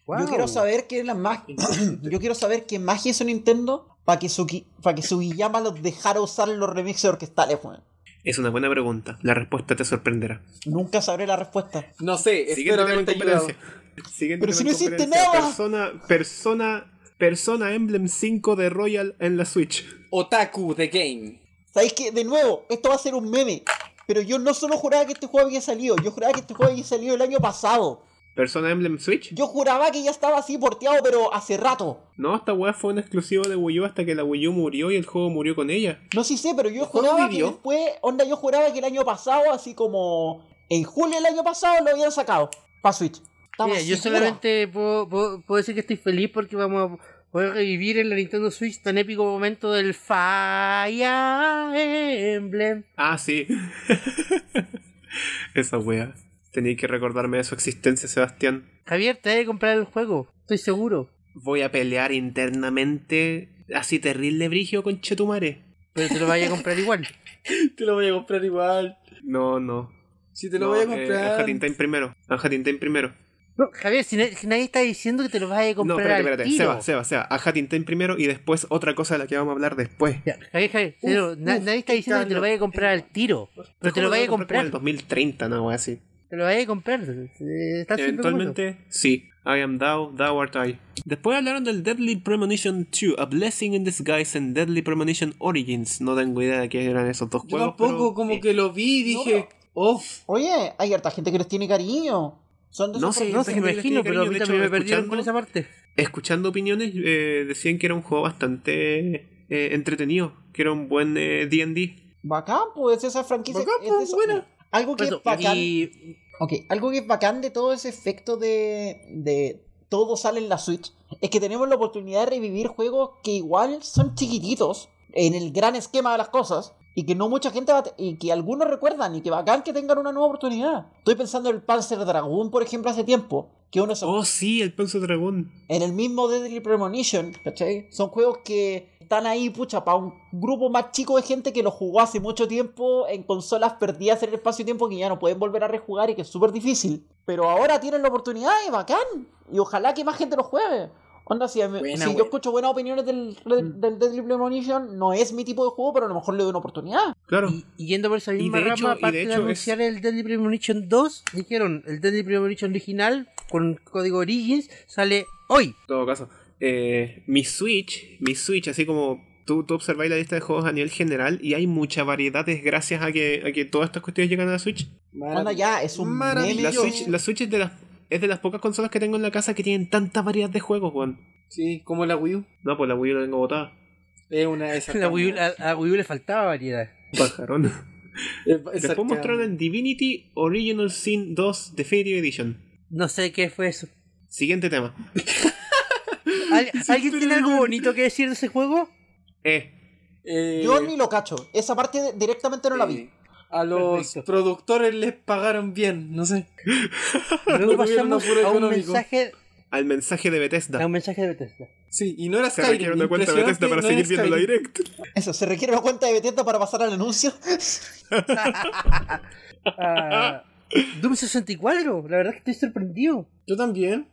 S4: Wow.
S2: Yo quiero saber qué es la magia. yo quiero saber qué magia hizo Nintendo para que, su, para que Sugiyama los dejara usar en los remixes orquestales, weón.
S1: Es una buena pregunta, la respuesta te sorprenderá.
S2: Nunca sabré la respuesta.
S3: No sé,
S1: Siguiente
S3: espero
S1: tema en
S3: haberte ayudado.
S1: competencia. Siguiente tema
S2: Pero si
S1: en
S2: no hiciste
S1: competencia.
S2: nada.
S1: Persona, persona, persona Emblem 5 de Royal en la Switch.
S3: Otaku The Game.
S2: ¿Sabéis que De nuevo, esto va a ser un meme. Pero yo no solo juraba que este juego había salido, yo juraba que este juego había salido el año pasado.
S1: Persona Emblem Switch.
S2: Yo juraba que ya estaba así porteado, pero hace rato.
S1: No, esta weá fue un exclusivo de Wii U hasta que la Wii U murió y el juego murió con ella.
S2: No sí sé, pero yo
S3: ¿El juego
S2: juraba que
S3: vivió?
S2: después, onda, yo juraba que el año pasado, así como en julio del año pasado, lo habían sacado para Switch. Estaba
S4: Mira, yo
S2: segura.
S4: solamente puedo, puedo- puedo decir que estoy feliz porque vamos a poder revivir en la Nintendo Switch tan épico momento del Fire Emblem.
S1: Ah, sí. Esa weá. Tenía que recordarme de su existencia, Sebastián.
S4: Javier, te he de comprar el juego, estoy seguro.
S1: Voy a pelear internamente así terrible brigio con Chetumare.
S4: Pero te lo vaya a comprar igual.
S3: Te lo voy a comprar igual.
S1: No, no.
S3: Si te lo
S1: No,
S3: voy a
S1: eh,
S3: comprar.
S1: Anjatin Time primero. Anjatin Time primero.
S4: No, Javier, si, na- si nadie está diciendo que te lo vaya a
S1: No,
S4: comprar
S1: espérate,
S4: al
S1: espérate.
S4: tiro.
S1: Seba, Seba, Seba. A Hatting Time primero y después otra cosa de la que vamos a hablar después.
S4: Ya, Javier, Javier, pero na-
S3: uf,
S4: nadie está diciendo que te lo
S3: Ricardo.
S4: vaya a comprar al tiro. Pero te lo vaya a
S1: En el
S4: comprar.
S1: 2030, no, weá, así.
S4: Te lo vaya a comprar. eh, Está súper bueno.
S1: Eventualmente, sí. I am thou, thou art I. Después hablaron del Deadly Premonition 2, A Blessing in Disguise and Deadly Premonition Origins. No tengo idea de qué eran esos dos
S3: Yo
S1: juegos.
S3: tampoco,
S1: pero-
S3: como
S1: eh,
S3: que lo vi y dije, oh,
S2: Oye, hay harta gente que les tiene cariño. Son de
S1: No
S2: esos
S1: sé,
S4: No
S2: personajes-
S4: se
S1: Gente
S4: me
S1: que le tiene
S4: imagino, pero a
S1: cariño,
S4: mí
S1: de
S4: también
S1: hecho,
S4: me perdieron
S1: escuchando-
S4: con esa parte.
S1: Escuchando opiniones, eh, decían que era un juego bastante eh, entretenido, que era un buen eh, D&D.
S2: Bacán, pues esa franquicia.
S3: Bacán,
S2: es de
S3: pues,
S2: esos-
S3: buena.
S2: mira, Algo que
S4: Eso,
S2: es bacán.
S4: y
S2: Ok, algo que es bacán de todo ese efecto de, de todo sale en la Switch es que tenemos la oportunidad de revivir juegos que igual son chiquititos en el gran esquema de las cosas y que no mucha gente va a te- y que algunos recuerdan y que bacán que tengan una nueva oportunidad. Estoy pensando en el Panzer Dragoon, por ejemplo, hace tiempo, que uno se
S1: Oh, sí, el Panzer Dragón.
S2: en el mismo Deadly Premonition, ¿cachai? Son juegos que están ahí, pucha, para un grupo más chico de gente que los jugó hace mucho tiempo en consolas perdidas en el espacio y tiempo que ya no pueden volver a rejugar y que es súper difícil. Pero ahora tienen la oportunidad y bacán. Y ojalá que más gente lo juegue. Onda, si, a mí-
S3: Buena,
S2: si
S3: buena.
S2: yo escucho buenas opiniones del,
S1: Mm.
S2: del, del Deadly Premonition, no es mi tipo de juego, pero a lo mejor le doy una oportunidad.
S1: Claro.
S4: Y, y yendo por esa
S1: Y
S4: misma
S1: de
S4: rama,
S1: hecho- y de
S4: aparte de,
S1: hecho es-
S4: anunciar el Deadly Premonition 2, dijeron el Deadly Premonition original con código Origins sale hoy.
S1: En todo caso, eh, mi Switch, mi Switch, así como tú, tú observáis la lista de juegos a nivel general y hay mucha variedad es gracias a que, a que todas estas cuestiones llegan a la Switch.
S2: Onda, ya, es un meme.
S1: La
S3: Maravilloso.
S1: Switch, la Switch es, de las, es de las pocas consolas que tengo en la casa que tienen tanta variedad de juegos, weón.
S3: Sí, como la Wii U.
S1: No, pues la Wii U la tengo botada.
S3: Es una de esas.
S4: La Wii U- a, a Wii U le faltaba variedad.
S1: Pajarón.
S3: Es- es-
S1: Después mostraron el Divinity Original Sin 2 Definitive Edition.
S4: No sé qué fue eso.
S1: Siguiente tema.
S4: ¿Al- ¿Alguien tiene algo bonito que decir de ese juego?
S1: Eh,
S3: Eh,
S2: Yo ni lo cacho. Esa parte de- directamente no la vi.
S3: eh, A los
S4: Perfecto.
S3: productores les pagaron bien, no sé. No tuvieron
S4: Luego pasamos
S3: apuro
S4: a un,
S3: económico.
S4: mensaje,
S1: Al mensaje de Bethesda.
S4: a un mensaje de Bethesda.
S3: Sí, y no era
S1: Se
S3: Skyrim.
S1: requiere una cuenta de Bethesda para
S3: impresionante, no
S1: seguir
S3: era
S1: viendo la
S3: Skyrim.
S1: direct.
S2: Eso, se requiere una cuenta de Bethesda para pasar al anuncio.
S4: Ah, Doom 64, la verdad que estoy sorprendido.
S3: Yo también.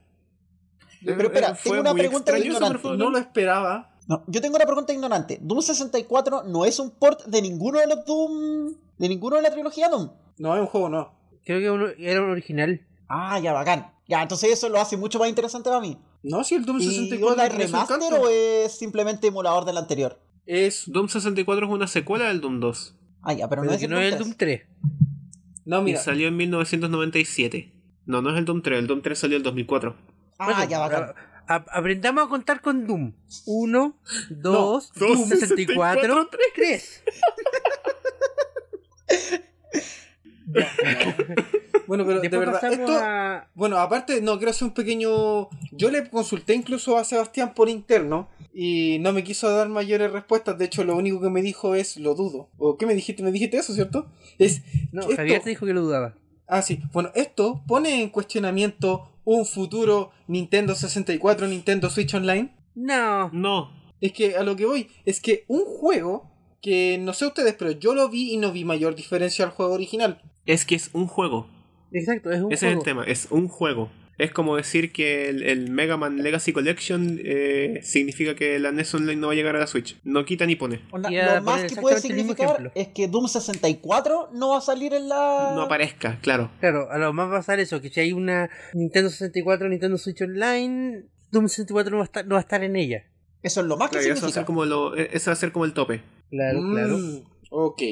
S2: Pero espera,
S1: Eh, Fue
S2: tengo una
S1: muy
S2: pregunta de
S1: extraño,
S2: ignorante.
S1: pero fue-
S3: No lo esperaba.
S2: No, yo tengo una pregunta ignorante. Doom 64 no es un port de ninguno de los Doom. de ninguno de la trilogía Doom.
S3: No, es un juego, no.
S4: Creo que uno- era un original.
S2: Ah, ya, bacán. Ya, entonces eso lo hace mucho más interesante para mí.
S3: No, si el Doom
S2: ¿Y onda,
S3: 64
S2: es
S3: tiene su
S2: remaster
S3: encanto.
S2: o es simplemente emulador del anterior?
S3: es.
S1: Doom 64 es una secuela del Doom 2
S2: Ah, ya, pero,
S4: Pero
S2: no es
S4: que
S2: el
S4: no
S2: Doom
S4: es el
S2: 3.
S4: Doom 3.
S3: No,
S1: y
S3: mira.
S1: salió en 1997. No, no es el Doom 3, el Doom 3 salió en 2004.
S2: Ah,
S4: Bueno,
S2: ya, bacán.
S4: a- a- aprendamos a contar con Doom. 1, 2,
S1: No, dos,
S4: Doom 64, 3.
S3: Bueno, pero de
S4: Después
S3: verdad,
S4: pasamos
S3: esto.
S4: a...
S3: Bueno, aparte, no, quiero hacer un pequeño. Yo le consulté incluso a Sebastián por interno y no me quiso dar mayores respuestas. De hecho, lo único que me dijo es lo dudo. ¿O qué me dijiste? ¿Me dijiste eso, cierto? Es.
S4: No,
S3: esto-
S4: Javier te dijo que lo dudaba.
S3: Ah, sí. Bueno, esto pone en cuestionamiento un futuro Nintendo 64, Nintendo Switch Online.
S4: No.
S1: No,
S3: Es que a lo que voy, es que un juego que no sé ustedes, pero yo lo vi y no vi mayor diferencia al juego original.
S1: es que es un juego.
S4: Exacto, es un
S1: Ese es
S4: juego.
S1: el tema, es un juego. Es como decir que el, el Mega Man Legacy Collection eh, significa que la NES Online no va a llegar a la Switch. No quita ni pone.
S2: Onda,
S4: Y a
S2: lo más
S4: poner
S2: que puede
S4: pues, exactamente el mismo
S2: significar
S4: ejemplo.
S2: es que Doom 64 no va a salir en la.
S1: No aparezca, claro.
S4: Claro, a lo más va a pasar eso, que si hay una Nintendo 64, Nintendo Switch Online, Doom 64 no va a estar, no va a estar en ella.
S2: Eso es lo más que
S1: Claro, y eso, va a ser
S2: significa.
S1: como lo- eh, eso va a ser como el tope.
S4: Claro,
S3: Mm,
S4: claro.
S3: Ok.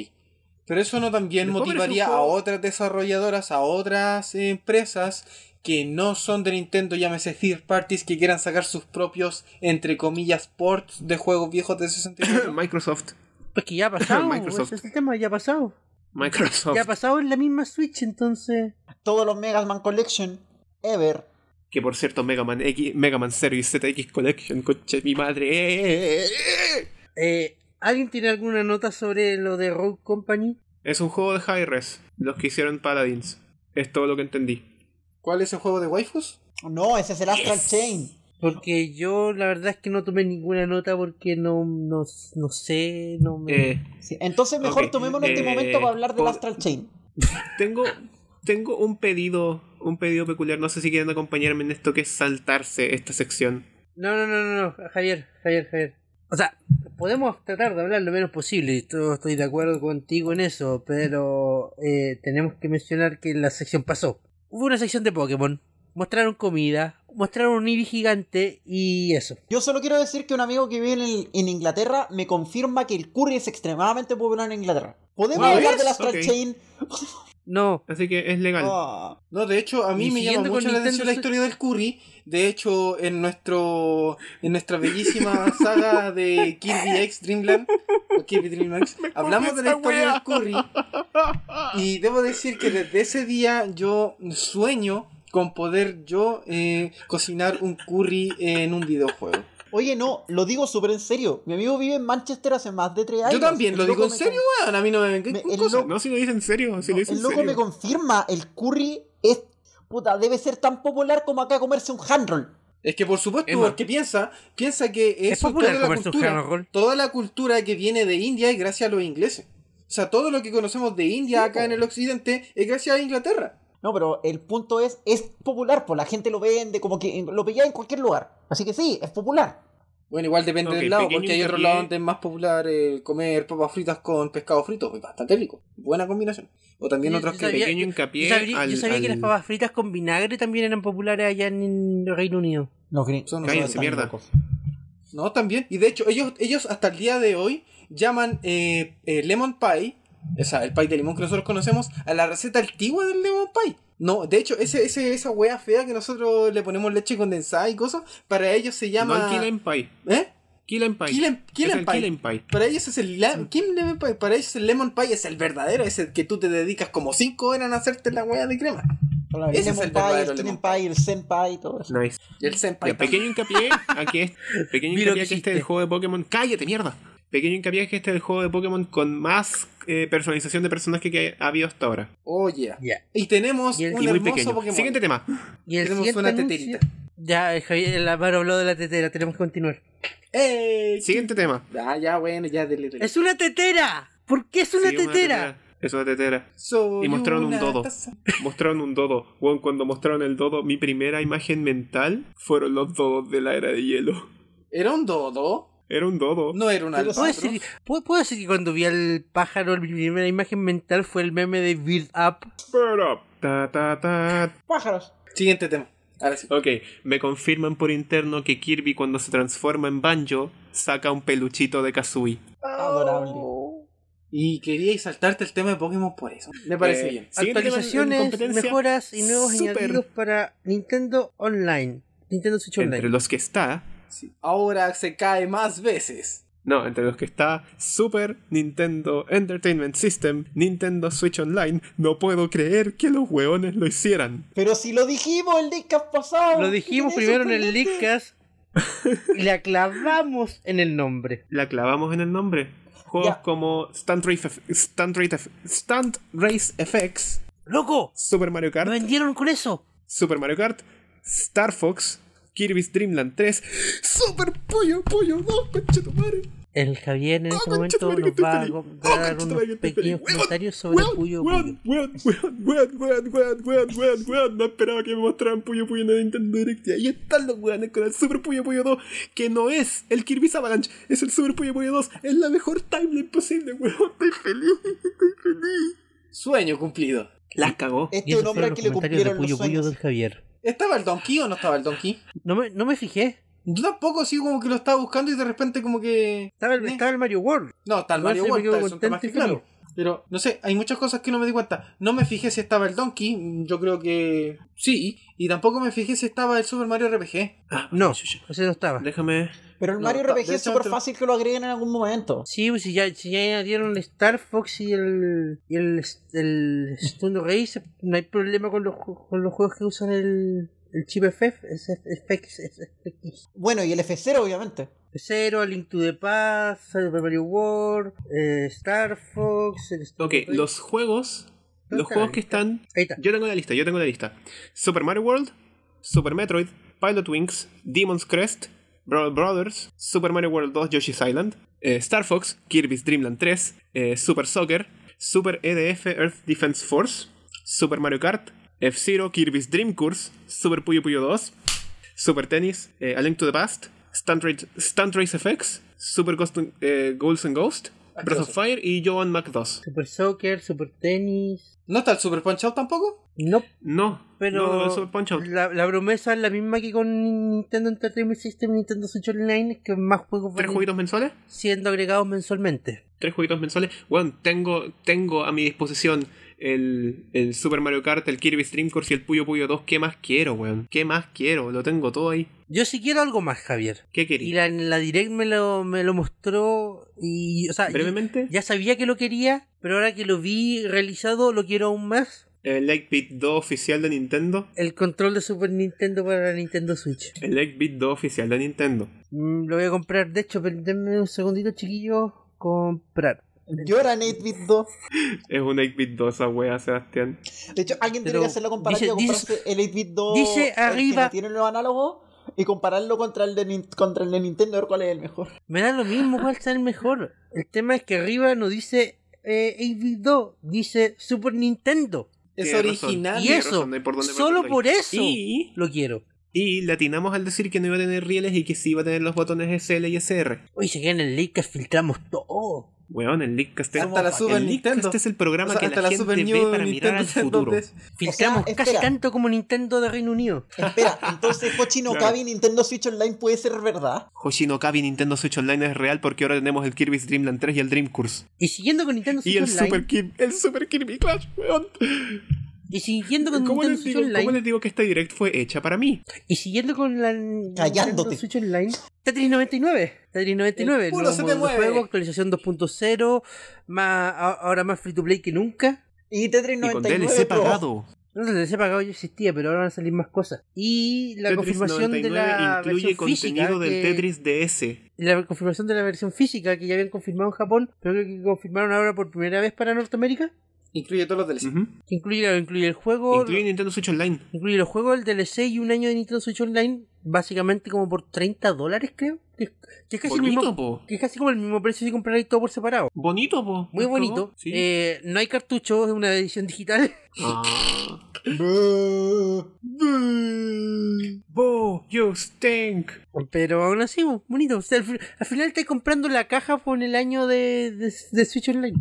S3: Pero eso no también
S1: Mejor
S3: motivaría
S1: parece un
S3: a
S1: juego-
S3: otras desarrolladoras, a otras eh, empresas que no son de Nintendo, llámese third parties, que quieran sacar sus propios, entre comillas, ports de juegos viejos de 64.
S1: Microsoft.
S4: Pues que ya ha pasado,
S1: Microsoft.
S4: ese es el tema, ya ha pasado.
S1: Microsoft.
S4: Ya ha pasado en la misma Switch, entonces...
S2: Todos los Mega Man Collection, ever.
S1: Que por cierto, Mega Man X, Mega Man Zero y ZX Collection, coche mi madre. ¡Eh, eh, eh, eh!
S4: Eh, ¿Alguien tiene alguna nota sobre lo de Rogue Company?
S1: Es un juego de high res, los que hicieron Paladins. Es todo lo que entendí.
S3: ¿Cuál es el juego de waifus?
S2: No, ese es el Astral
S1: Yes.
S2: Chain.
S4: Porque yo la verdad es que no tomé ninguna nota porque no, no, no sé, no me...
S1: Eh,
S2: Sí, Entonces mejor
S1: Ok,
S2: tomémonos este
S1: eh,
S2: momento para hablar del
S1: pod-
S2: Astral Chain.
S1: tengo, tengo un pedido, un pedido peculiar. No sé si quieren acompañarme en esto que es saltarse esta sección.
S4: No, no, no, no, no, Javier, Javier, Javier. O sea, podemos tratar de hablar lo menos posible, y todo estoy de acuerdo contigo en eso, pero eh, tenemos que mencionar que la sección pasó. Hubo una sección de Pokémon, mostraron comida, mostraron un Eevee gigante y eso.
S2: Yo solo quiero decir que un amigo que vive en, el- en Inglaterra me confirma que el curry es extremadamente popular en Inglaterra. ¿Podemos
S1: Ah,
S2: hablar
S1: ¿ves?
S2: del Astral
S1: Ok.
S2: Chain?
S4: No,
S1: Así que es legal.
S2: Ah.
S3: No, de hecho, a mí
S4: Y
S3: me llama
S4: siguiendo con
S3: mucho la atención
S4: Nintendo
S3: la
S4: Switch-
S3: historia del curry. De hecho, en nuestro en nuestra bellísima saga de Kirby X Dreamland, o Kirby Dream X, hablamos de la
S1: esa
S3: historia
S1: wea.
S3: del curry. Y debo decir que desde ese día yo sueño con poder yo eh, cocinar un curry en un videojuego.
S2: Oye, no, lo digo súper en serio. Mi amigo vive en Manchester hace más de tres años.
S3: Yo también,
S2: El
S3: lo digo
S2: loco
S3: en
S2: me
S3: serio, weón. A mí no me vengan
S2: Me-
S3: con
S2: el
S3: cosas.
S2: loco-
S1: No, si lo dice en serio, si lo dice
S2: el
S1: en
S2: loco
S1: serio.
S2: me confirma, el curry es. Puta, debe ser tan popular como acá comerse un handroll.
S3: Es que por supuesto,
S1: Emma.
S3: porque piensa, piensa que
S4: Es
S3: eso,
S4: popular
S3: toda la
S4: comerse un
S3: cultura,
S4: Harold Roll.
S3: toda la cultura que viene de India es gracias a los ingleses. O sea, todo lo que conocemos de India
S2: Sí, po.
S3: acá en el occidente es gracias a Inglaterra.
S2: No, pero el punto es, es popular, pues la gente lo vende, como que en- lo veía en cualquier lugar. Así que sí, es popular.
S3: Bueno, igual depende
S1: Ok,
S3: del lado,
S1: pequeño
S3: porque hay otros
S1: hincapié.
S3: lados donde es más popular eh, comer papas fritas con pescado frito. Es bastante rico. Buena combinación. O también
S4: Yo-
S3: otros
S4: yo
S3: que...
S4: sabía-
S1: Pequeño
S4: Yo
S1: hincapié
S4: sabía, yo
S1: al-
S4: sabía que
S1: al-
S4: las papas fritas con vinagre también eran populares allá en el Reino Unido.
S2: No, gring-
S3: Son-
S2: son
S1: Cállense,
S2: tan
S1: mierda.
S2: locos.
S3: No, también. Y de hecho, ellos, ellos hasta el día de hoy llaman eh, eh, lemon pie, o sea, el pie de limón que nosotros conocemos, a la receta antigua del lemon pie. No, de hecho, ese, ese, esa wea fea que nosotros le ponemos leche condensada y cosas, para ellos se llama...
S1: No, el Kill Empire.
S3: ¿Eh?
S1: Kill Empire.
S3: Kill em- Kill
S1: Es el
S3: Empire.
S1: Kill Empire.
S3: Para ellos es el la- ¿Quién lemon pie? Para ellos el lemon pie es el verdadero, es el que tú te dedicas como cinco horas a hacerte la wea de crema.
S2: Hola,
S3: Ese
S2: el
S3: es
S2: lemon
S3: el
S2: pie,
S3: verdadero
S2: el
S3: lemon
S2: lemon pie, el senpai, todo eso.
S1: Nice.
S3: Y el senpai.
S1: Ya, pequeño hincapié a que, pequeño
S4: Vi
S1: hincapié
S4: lo que
S1: a que este
S4: hiciste.
S1: es el juego de Pokémon. ¡Cállate, mierda! Pequeño hincapié es que este es el juego de Pokémon con más eh, personalización de personaje que ha habido hasta ahora.
S3: Oye.
S4: Ya.
S3: Oh, Y tenemos
S4: Y el-
S3: un
S1: Y muy
S3: hermoso
S1: pequeño.
S3: Pokémon.
S1: Siguiente tema.
S4: Y el
S3: Tenemos
S4: siguiente
S3: una
S4: anuncio-
S3: teterita.
S4: Ya, eh, Javier, el Amaro habló de la tetera, tenemos que continuar.
S3: ¡Eh!
S1: Siguiente tema.
S3: Ah, ya, bueno, ya dele, dele.
S4: ¡Es una tetera! ¿Por qué es una
S1: Sí,
S4: tetera?
S1: Es una tetera.
S3: Soy
S1: Y mostraron un
S3: una
S1: dodo.
S3: taza.
S1: Mostraron un dodo. Weón, cuando mostraron el dodo, mi primera imagen mental fueron los dodos de la era de hielo.
S3: ¿Era un dodo?
S1: Era un dodo.
S3: No era un
S2: Pero
S3: albatros.
S4: ¿Puedo decir, puedo- puedo decir que cuando vi al pájaro, mi primera imagen mental fue el meme de Build Up?
S1: Pero, ta, ta, ta.
S2: Pájaros.
S3: Siguiente tema. Ahora sí.
S1: Ok, me confirman por interno que Kirby cuando se transforma en Banjo saca un peluchito de Kazooie.
S2: Adorable.
S3: Y quería saltarte el tema de Pokémon por eso. Me parece
S1: Eh,
S3: bien.
S1: siguiente tema en- en
S4: Actualizaciones,
S1: competencia,
S4: mejoras y nuevos
S1: Super.
S4: añadidos para Nintendo Online. Nintendo Switch
S1: Entre
S4: Online.
S1: los que está
S3: Sí. Ahora se cae más veces.
S1: No, entre los que está Super Nintendo Entertainment System, Nintendo Switch Online. No puedo creer que los hueones lo hicieran.
S2: Pero si lo dijimos el leakcast pasado.
S4: Lo dijimos
S2: ¿Qué
S4: primero en
S2: tiene
S4: el Leakcast y la clavamos en el nombre.
S1: La clavamos en el nombre. Juegos
S2: Ya.
S1: como Stunt Race, F- Stunt, Race F- Stunt Race FX,
S4: ¡Loco!
S1: Super Mario Kart,
S4: ¡Me vendieron con eso!
S1: Super Mario Kart, Star Fox, Kirby's Dream Land 3, Super Pollo Pollo 2, conchetumare.
S4: El Javier en este
S1: Ah,
S4: momento
S1: conchetumare,
S4: nos
S1: que estoy
S4: va a
S1: feliz.
S4: go-
S1: Ah,
S4: dar
S1: conchetumare, que
S4: unos
S1: estoy
S4: pequeños
S1: feliz.
S4: comentarios
S1: Weón,
S4: sobre Puyo Puyo.
S1: weón, weón, weón, weón, weón, weón, weón, weón, weón. No esperaba que me mostraran Puyo Puyo en el Nintendo Direct. Y ahí están los weones con el Super Puyo Puyo 2, que no es el Kirby's Avalanche, es el Super Puyo Puyo 2. Es la mejor timeline posible, weón. Estoy feliz, estoy feliz.
S3: Sueño cumplido.
S1: Las cagó.
S2: Este
S4: Y
S2: es
S4: esos
S2: un hombre al
S4: fueron
S2: que
S4: los
S2: le
S4: comentarios de
S2: cumplieron
S4: Puyo
S2: los
S4: Puyo
S2: sueños.
S4: del Javier.
S3: ¿Estaba el Donkey o no estaba el Donkey?
S4: No me, no me fijé.
S3: Yo tampoco, sí, como que lo estaba buscando y de repente como que...
S4: Estaba el,
S3: Eh.
S4: estaba el Mario World.
S3: No, está el
S4: Igual
S3: Mario
S4: sí me
S3: World,
S4: quedo
S3: está- eso está más que
S4: contento y
S3: claro. Pero, no sé, hay muchas cosas que no me di cuenta. No me fijé si estaba el Donkey, mm, yo creo que sí. Y tampoco me fijé si estaba el Super Mario RPG.
S4: No, ese no estaba.
S1: Déjame.
S2: Pero el
S3: No,
S2: Mario
S3: ta-
S2: RPG
S3: de
S2: es
S3: hecho,
S2: súper
S3: te-
S2: fácil que lo agreguen en algún momento.
S4: Sí, pues si ya, si ya añadieron el Star Fox y el, y el, el Stunt Race, no hay problema con los, ju- con los juegos que usan el, el chip FF, es FX, es FX.
S2: Bueno, y el F0, obviamente.
S4: Zero, Link to the Past, Super Mario World, eh, Star Fox, el Stunt
S1: Ok,
S4: Race.
S1: los juegos. Los
S4: ¿Dónde está
S1: juegos
S4: la
S1: que
S4: lista?
S1: están
S4: Ahí está.
S1: Yo tengo la lista, yo tengo la lista. Super Mario World, Super Metroid, Pilot Wings, Demon's Crest, Brawl Brothers, Super Mario World 2, Yoshi's Island, eh, Star Fox, Kirby's Dream Land 3, eh, Super Soccer, Super EDF Earth Defense Force, Super Mario Kart, F-Zero, Kirby's Dream Course, Super Puyo Puyo 2, Super Tennis, eh, A Link to the Past, Stunt Race, Stunt Race FX, Super Ghost, eh, Ghouls and Ghost, Breath of Fire y Joan Mac 2.
S4: Super Soccer, Super Tennis.
S3: ¿No está el Super Punch Out tampoco?
S4: No,
S1: No,
S4: pero
S1: no, Super Punch Out.
S4: La, la promesa es la misma que con Nintendo Entertainment System, Nintendo Switch Online, que más juegos
S1: ¿Tres
S4: van
S1: jueguitos mensuales?
S4: siendo agregados mensualmente.
S1: tres jueguitos mensuales. Bueno, tengo, tengo a mi disposición el, el Super Mario Kart, el Kirby Dream Course y el Puyo Puyo 2. ¿Qué más quiero, weón? ¿Qué más quiero? Lo tengo todo ahí.
S4: Yo sí quiero algo más, Javier.
S1: ¿Qué
S4: Y
S1: quería?
S4: la, la direct me lo, me lo mostró y, o sea,
S1: Brevemente,
S4: ya sabía que lo quería, pero ahora que lo vi realizado lo quiero aún más.
S1: el Lightbeat 2 oficial de Nintendo.
S4: El control de Super Nintendo para la Nintendo Switch.
S1: El Lightbeat 2 oficial de Nintendo.
S4: Mm, lo voy a comprar, de hecho, pero denme un segundito, chiquillos. Comprar.
S2: Yo era 8-bit 2.
S1: Es un 8-bit 2 esa wea, Sebastián.
S2: De hecho, alguien
S4: Pero
S2: tiene que hacer la comparativa,
S4: dice-
S2: comprarse el 8-bit 2.
S4: dice
S2: el que no
S4: arriba-
S2: Tiene los análogos y compararlo contra el de, Nin- contra el de Nintendo, a ver cuál es el mejor.
S4: Me da lo mismo cuál sea el mejor. El tema es que arriba no dice eh, 8-bit-2, dice Super Nintendo.
S3: Es
S1: Tiene razón.
S3: original.
S4: Y
S1: tiene
S4: eso,
S1: razón, no hay por dónde
S4: solo
S1: perderlo
S4: por eso
S1: Y,
S4: lo quiero.
S1: y latinamos al decir que no iba a tener rieles y que sí iba a tener los botones SL y SR.
S4: Oye, se queda en el link que filtramos todo.
S1: Weón, el Leakcast es-
S3: Hasta la
S1: el
S3: Super
S1: Leakcast
S3: Nintendo.
S1: es el programa
S3: O sea,
S1: que la, gente ve para mirar al
S3: Nintendo
S1: futuro.
S3: DS.
S4: Filtramos
S2: O sea,
S4: casi
S2: espera.
S4: tanto como Nintendo de Reino Unido.
S2: Espera, entonces Hochi no
S1: Claro.
S2: Kabi Nintendo Switch Online puede ser verdad.
S1: Hoshino Kabi Nintendo Switch Online es real porque ahora tenemos el Kirby's Dream Land 3 y el Dream Course.
S4: Y siguiendo con Nintendo Switch
S1: Y el
S4: Online.
S1: Super, Kirby, el Super Kirby Clash, weón.
S4: Y siguiendo con
S1: ¿Cómo
S4: Nintendo
S1: les,
S4: Switch
S1: digo,
S4: Online.
S1: cómo les digo que esta direct fue hecha para mí?
S4: Y siguiendo con la Nintendo
S2: Callándote.
S4: Switch Online. Tetris 99. Tetris 99.
S3: El puro se
S4: nuevo
S3: te
S4: modo de
S3: mueve.
S4: juego, actualización 2.0. Más, a- ahora más free to play que nunca.
S2: Y
S1: Y con
S2: T399
S1: DLC
S2: Pro.
S1: pagado.
S4: No sé, les he pagado, yo existía, pero ahora van a salir más cosas. Y la
S1: Tetris
S4: confirmación de
S1: 99
S4: la
S1: incluye
S4: versión física
S1: contenido del
S4: que-
S1: Tetris DS.
S4: la confirmación de la versión física que ya habían confirmado en Japón, pero creo que confirmaron ahora por primera vez para Norteamérica,
S3: Incluye todos los DLC.
S1: Ujú.
S4: que incluye, incluye el juego,
S1: Incluye Nintendo Switch Online.
S4: incluye los juegos, el DLC y un año de Nintendo Switch Online, básicamente como por 30 dólares creo, que, es- que es casi el
S1: Bonito,
S4: mismo,
S1: po.
S4: que es casi como el mismo precio si comprarais todo por separado.
S1: Bonito, po.
S4: Muy
S1: ¿Cómo?
S4: bonito.
S1: Sí.
S4: Eh, no hay cartuchos, es una edición digital.
S1: Ah.
S2: Buh.
S1: Bo, you stink.
S4: Pero aún así, bo- bonito. O sea, al, fi- al final estáis comprando la caja por el año de, de- de Switch Online.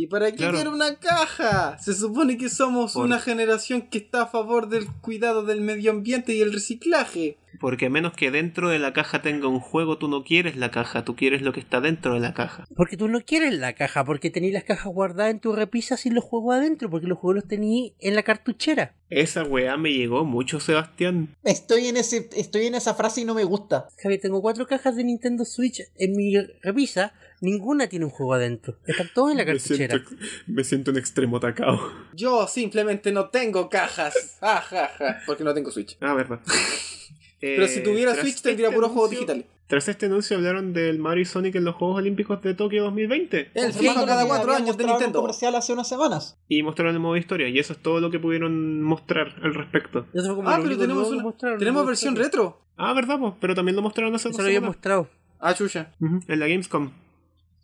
S3: ¿Y para qué
S1: Claro.
S3: quiero una caja? Se supone que somos
S1: Por-
S3: una generación que está a favor del cuidado del medio ambiente y el reciclaje.
S1: Porque a menos que dentro de la caja tenga un juego, tú no quieres la caja, tú quieres lo que está dentro de la caja.
S4: Porque tú no quieres la caja, porque tenéis las cajas guardadas en tu repisa sin los juegos adentro, porque los juegos los tenéis en la cartuchera.
S1: Esa weá me llegó mucho, Sebastián.
S2: Estoy en, ese, estoy en esa frase y no me gusta.
S4: Javier, tengo cuatro cajas de Nintendo Switch en mi repisa, ninguna tiene un juego adentro. Están todas en la cartuchera.
S1: me siento en extremo atacado.
S3: Yo simplemente no tengo cajas. Ja, ja, ja, porque no tengo Switch.
S1: Ah, verdad. Eh,
S3: Pero si tuviera
S1: tras
S3: Switch
S1: este
S3: tendría puros juegos
S1: anuncio-
S3: digitales.
S1: Tras este anuncio hablaron del Mario y Sonic en los Juegos Olímpicos de Tokio 2020
S3: El
S2: Confirmando
S3: FIFA
S2: lo
S3: cada
S2: que
S3: cuatro
S2: habían
S3: años de
S2: mostrado en un
S3: Nintendo.
S2: comercial hace unas semanas.
S1: y mostraron el modo historia y eso es todo lo que pudieron mostrar al respecto.
S4: Eso fue como
S3: Ah,
S4: lo
S3: pero
S4: único
S3: tenemos,
S4: nuevo que
S3: una-
S4: mostraron,
S3: tenemos
S4: no
S3: versión
S4: mostraron.
S3: retro.
S1: Ah, verdad, pues, pero también lo mostraron hace dos
S4: Eso lo habían
S1: semanas.
S4: mostrado.
S3: Ah, chucha.
S1: Ujú, En la Gamescom.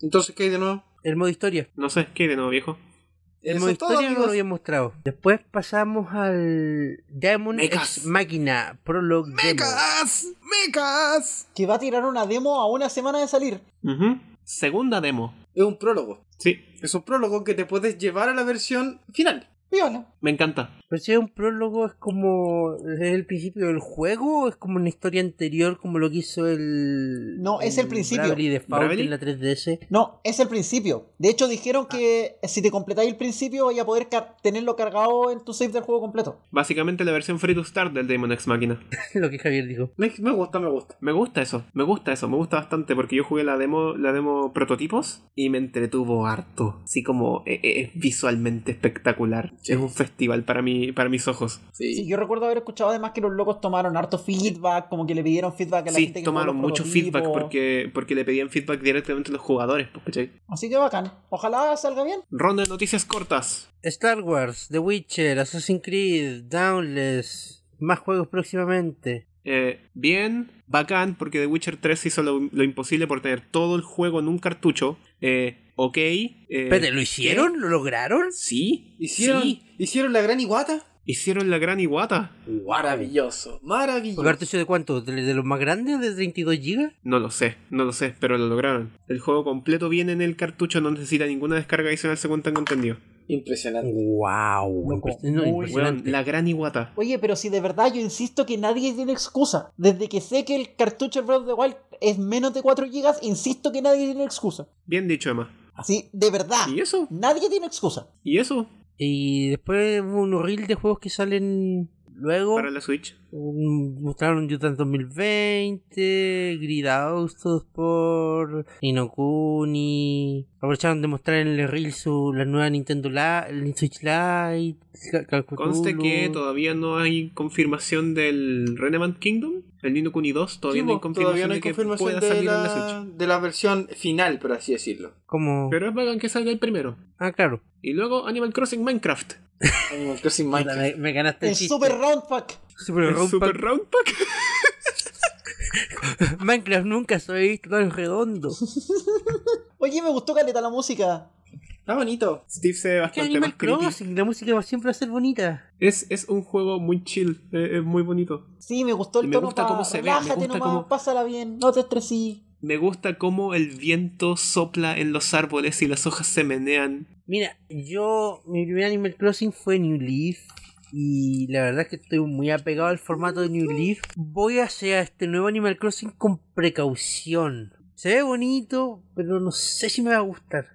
S3: Entonces, ¿qué hay de nuevo?
S4: El modo historia.
S1: No sé, ¿qué hay de nuevo, viejo?
S4: El
S3: Eso
S4: modo
S3: es todo,
S4: historia no lo
S3: amigos.
S4: habían mostrado. Después pasamos al Diamond
S1: Mechas.
S4: Ex Machina Prologue Demo.
S1: ¡Mecas!
S2: Que va a tirar una demo a una semana de salir.
S1: Ujú. Segunda demo.
S3: Es un prólogo.
S1: Sí,
S3: Es un prólogo que te puedes llevar a la versión final.
S2: Viola.
S1: me encanta.
S4: Pero si Pues es un prólogo, es como desde el principio del juego, o es como una historia anterior, como lo que hizo el.
S2: No, es el principio.
S4: Bravely Default
S1: Bravely?
S4: en la 3DS.
S2: No, es el principio. De hecho, dijeron que
S3: Ah.
S2: si te completáis el principio, vais a poder car- tenerlo cargado en tu save del juego completo.
S1: Básicamente la versión free to start del Demon X Máquina.
S4: lo que Javier dijo.
S3: Me, me gusta, me gusta.
S1: Me gusta eso, me gusta eso, me gusta bastante porque yo jugué la demo, la demo prototipos y me entretuvo harto. Así como eh, eh, es visualmente espectacular. Es un festival para mí, para mis ojos.
S2: Sí, yo recuerdo haber escuchado además que los locos tomaron harto feedback, como que le pidieron feedback a la
S1: Sí,
S2: gente que jugó
S1: tomaron
S2: los
S1: mucho
S2: prototipos.
S1: feedback porque, porque le pedían feedback directamente a los jugadores, pues, ¿cachai?
S2: Así que bacán. Ojalá salga bien.
S1: Ronda de noticias cortas.
S4: Star Wars, The Witcher, Assassin's Creed, Downless. Más juegos próximamente.
S1: Eh, bien, bacán, porque The Witcher 3 hizo lo, lo imposible por tener todo el juego en un cartucho. Eh, ok. eh,
S4: Espérate, ¿lo hicieron? ¿Lo lograron?
S1: Sí,
S3: ¿Hicieron,
S1: sí.
S3: ¿hicieron la gran iguata?
S1: Hicieron la gran iguata.
S3: Maravilloso, maravilloso.
S4: ¿Un cartucho de cuánto? ¿De, de los más grandes? ¿De 32 GB?
S1: No lo sé, no lo sé, pero lo lograron. El juego completo viene en el cartucho, no necesita ninguna descarga adicional según tengo entendido.
S3: Impresionante.
S4: ¡Wow!
S2: Loco,
S4: Impresi- no,
S2: muy
S1: Weón,
S4: impresionante.
S1: la gran Iwata.
S2: Oye, pero si de verdad yo insisto que nadie tiene excusa. Desde que sé que el cartucho del Breath of the Wild es menos de 4 GB, insisto que nadie tiene excusa.
S1: Bien dicho, Emma.
S2: Así, de verdad.
S1: ¿Y eso?
S2: Nadie tiene excusa.
S1: ¿Y eso?
S4: Y después hubo un reel de juegos que salen luego.
S1: Para la Switch.
S4: Un- Mostraron Yutan 2020, Grid Autosport, Inokuni. Aprovecharon de mostrar en el reel su, la nueva Nintendo La- el Switch Lite. Ca- Ca-
S1: Conste
S4: Cthulhu.
S1: que todavía no hay confirmación del Renement Kingdom. El Nino Kuni 2 todavía
S3: Sí,
S1: no hay
S3: po,
S1: confirmación,
S3: todavía no hay
S1: de que
S3: confirmación
S1: pueda
S3: de,
S1: salir en
S3: la,
S1: la Switch.
S3: de la versión final, por así decirlo.
S4: Como...
S1: Pero es bacán que salga el primero.
S4: Ah, claro.
S1: Y luego Animal Crossing Minecraft.
S3: Animal Crossing
S4: Puta,
S3: Minecraft.
S4: Me, me ganaste el,
S2: El
S4: chiste.
S2: Super Round Pack.
S4: Super
S1: El
S4: Road
S1: Super
S4: Pack.
S1: Round Pack.
S4: Minecraft nunca se había visto tan redondo.
S2: Oye, me gustó caleta la música.
S3: Está bonito.
S1: Steve se ve
S4: Es que
S1: bastante más
S4: Animal
S1: creepy.
S4: Crossing, la música va siempre a ser bonita.
S1: Es, es un juego muy chill, eh, es muy bonito.
S2: Sí, me gustó el
S1: Me
S2: tono.
S1: gusta
S2: pa-
S1: cómo se ve, me
S2: Relájate
S1: gusta
S2: nomás,
S1: cómo-
S2: pásala bien, no te estresí.
S1: Me gusta cómo el viento sopla en los árboles y las hojas se menean.
S4: Mira, yo, mi primer Animal Crossing fue New Leaf. Y la verdad es que estoy muy apegado al formato de New Leaf. Voy hacia este nuevo Animal Crossing con precaución. Se ve bonito, pero no sé si me va a gustar.